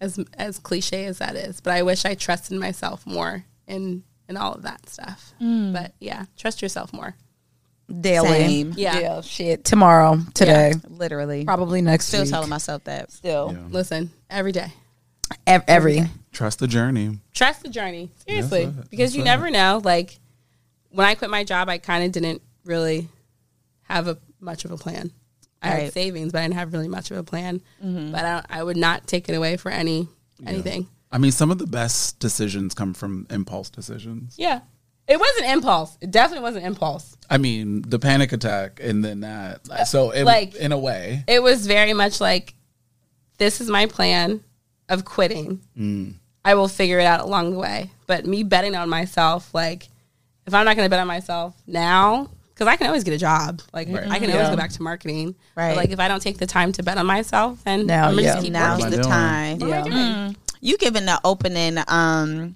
Speaker 4: as as cliche as that is but i wish i trusted myself more in in all of that stuff but yeah trust yourself more
Speaker 8: Daily.
Speaker 2: Same.
Speaker 4: Yeah.
Speaker 8: Shit. Tomorrow. Today.
Speaker 2: Literally.
Speaker 8: Probably next
Speaker 2: Still
Speaker 8: week.
Speaker 2: telling myself that.
Speaker 8: Still.
Speaker 4: listen every day
Speaker 8: Ev- every.
Speaker 3: Trust the journey.
Speaker 4: trust the journey seriously
Speaker 3: That's right.
Speaker 4: because you
Speaker 3: That's
Speaker 4: never know like when i quit my job i kind of didn't really have a much of a plan i had
Speaker 2: Right.
Speaker 4: savings but i didn't have really much of a plan but I, I would not take it away for any anything
Speaker 3: I mean, some of the best decisions come from impulse decisions.
Speaker 4: yeah it wasn't impulse it definitely wasn't impulse
Speaker 3: I mean, the panic attack and then that. Like, So, it,
Speaker 4: Like-
Speaker 3: in a way,
Speaker 4: it was very much like this is my plan of quitting i will figure it out along the way but me betting on myself like if i'm not going to bet on myself now because i can always get a job like i can always go back to marketing
Speaker 2: Right.
Speaker 4: but like if i don't take the time to bet on myself then oh
Speaker 8: Now,
Speaker 4: i'm gonna
Speaker 8: yeah.
Speaker 4: just keep
Speaker 2: Now's
Speaker 3: am I
Speaker 2: the
Speaker 3: doing?
Speaker 2: time.
Speaker 8: Yeah.
Speaker 2: Mm. You giving the opening um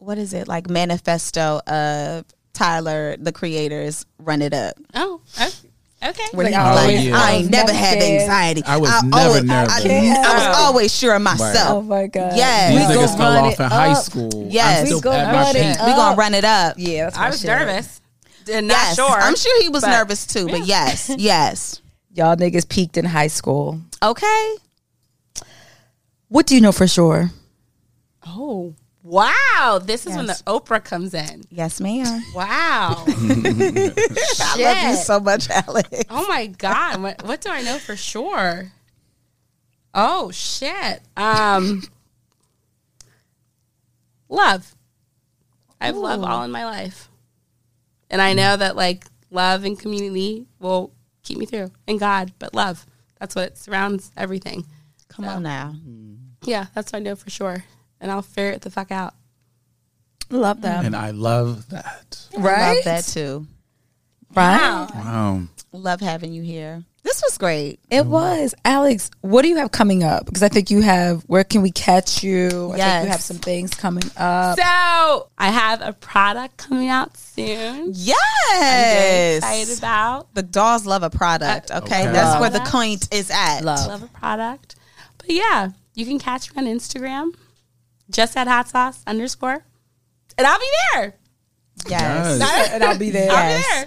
Speaker 2: what is it? Like manifesto of Tyler the creators run it up.
Speaker 4: oh o- okay
Speaker 2: Where
Speaker 8: Like,
Speaker 2: he
Speaker 8: I
Speaker 2: was like,
Speaker 3: always-
Speaker 2: I
Speaker 3: I
Speaker 2: ain't
Speaker 8: was
Speaker 2: never
Speaker 8: never
Speaker 2: had
Speaker 8: scared.
Speaker 2: anxiety.
Speaker 3: Oh, I was never
Speaker 2: always,
Speaker 3: nervous.
Speaker 2: I was always sure of myself.
Speaker 8: Oh my God.
Speaker 2: Yes. We
Speaker 3: These niggas
Speaker 8: gonna
Speaker 3: fell
Speaker 8: run
Speaker 3: off
Speaker 8: it
Speaker 3: in high
Speaker 8: up.
Speaker 3: school.
Speaker 2: Yes.
Speaker 3: I'm
Speaker 2: We
Speaker 3: still
Speaker 8: gonna
Speaker 3: at
Speaker 8: run
Speaker 3: my
Speaker 8: it
Speaker 3: peak.
Speaker 8: up.
Speaker 2: we gonna run it up.
Speaker 8: Yeah. That's my
Speaker 4: i was
Speaker 8: shit.
Speaker 4: nervous and not
Speaker 2: Yes.
Speaker 4: sure
Speaker 2: I'm sure he was
Speaker 4: but-
Speaker 2: nervous too, but yes, yes.
Speaker 8: Y'all niggas peaked in high school.
Speaker 2: Okay.
Speaker 8: What do you know for sure?
Speaker 4: oh wow this is when the
Speaker 2: Yes.
Speaker 4: oprah comes in
Speaker 2: Yes, ma'am.
Speaker 4: wow
Speaker 2: I love you
Speaker 4: Shit.
Speaker 2: so much, Alex.
Speaker 4: Oh my god, what what do I know for sure? Oh shit. Um love. I've love all in my life. And I know that like love and community will keep me through. And God, but love. That's what surrounds everything.
Speaker 2: Come on now.
Speaker 4: Yeah, that's what I know for sure. And I'll figure it the fuck out.
Speaker 8: Love that.
Speaker 3: And I love that.
Speaker 8: Right?
Speaker 2: Love that too.
Speaker 8: Right?
Speaker 3: Wow.
Speaker 2: Love having you here. This was great.
Speaker 8: It was. Alex, what do you have coming up? Because I think you have where can we catch you? I think
Speaker 2: Yes.
Speaker 8: you have some things coming up.
Speaker 4: So I have a product coming out soon.
Speaker 2: Yes.
Speaker 4: Excited about
Speaker 2: The dolls love a product. Okay.
Speaker 3: Uh, Okay.
Speaker 2: That's
Speaker 3: Love
Speaker 2: where the point is at.
Speaker 4: love a product, but yeah, you can catch me on Instagram, just at hot sauce underscore, and I'll be there.
Speaker 2: Yes.
Speaker 3: Yes.
Speaker 8: and I'll be there.
Speaker 4: I'll be there.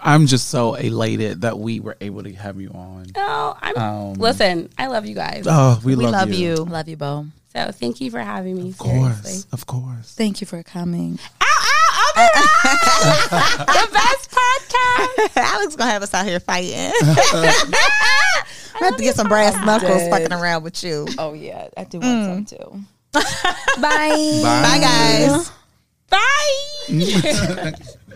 Speaker 3: I'm just so elated that we were able to have you on.
Speaker 4: No, I'm.
Speaker 3: Um,
Speaker 4: listen, I love you guys.
Speaker 3: Oh, we,
Speaker 2: We
Speaker 3: love,
Speaker 2: love
Speaker 3: you.
Speaker 2: you.
Speaker 8: Love you, Bo.
Speaker 4: So thank you for having me.
Speaker 3: Of course, of course.
Speaker 8: Thank you for coming.
Speaker 4: the best podcast.
Speaker 2: Alex gonna have us out here fighting. I'm gonna have to get some brass knuckles fucking around with you.
Speaker 8: Oh yeah, I do want some too. Bye.
Speaker 2: Bye guys.
Speaker 4: Bye.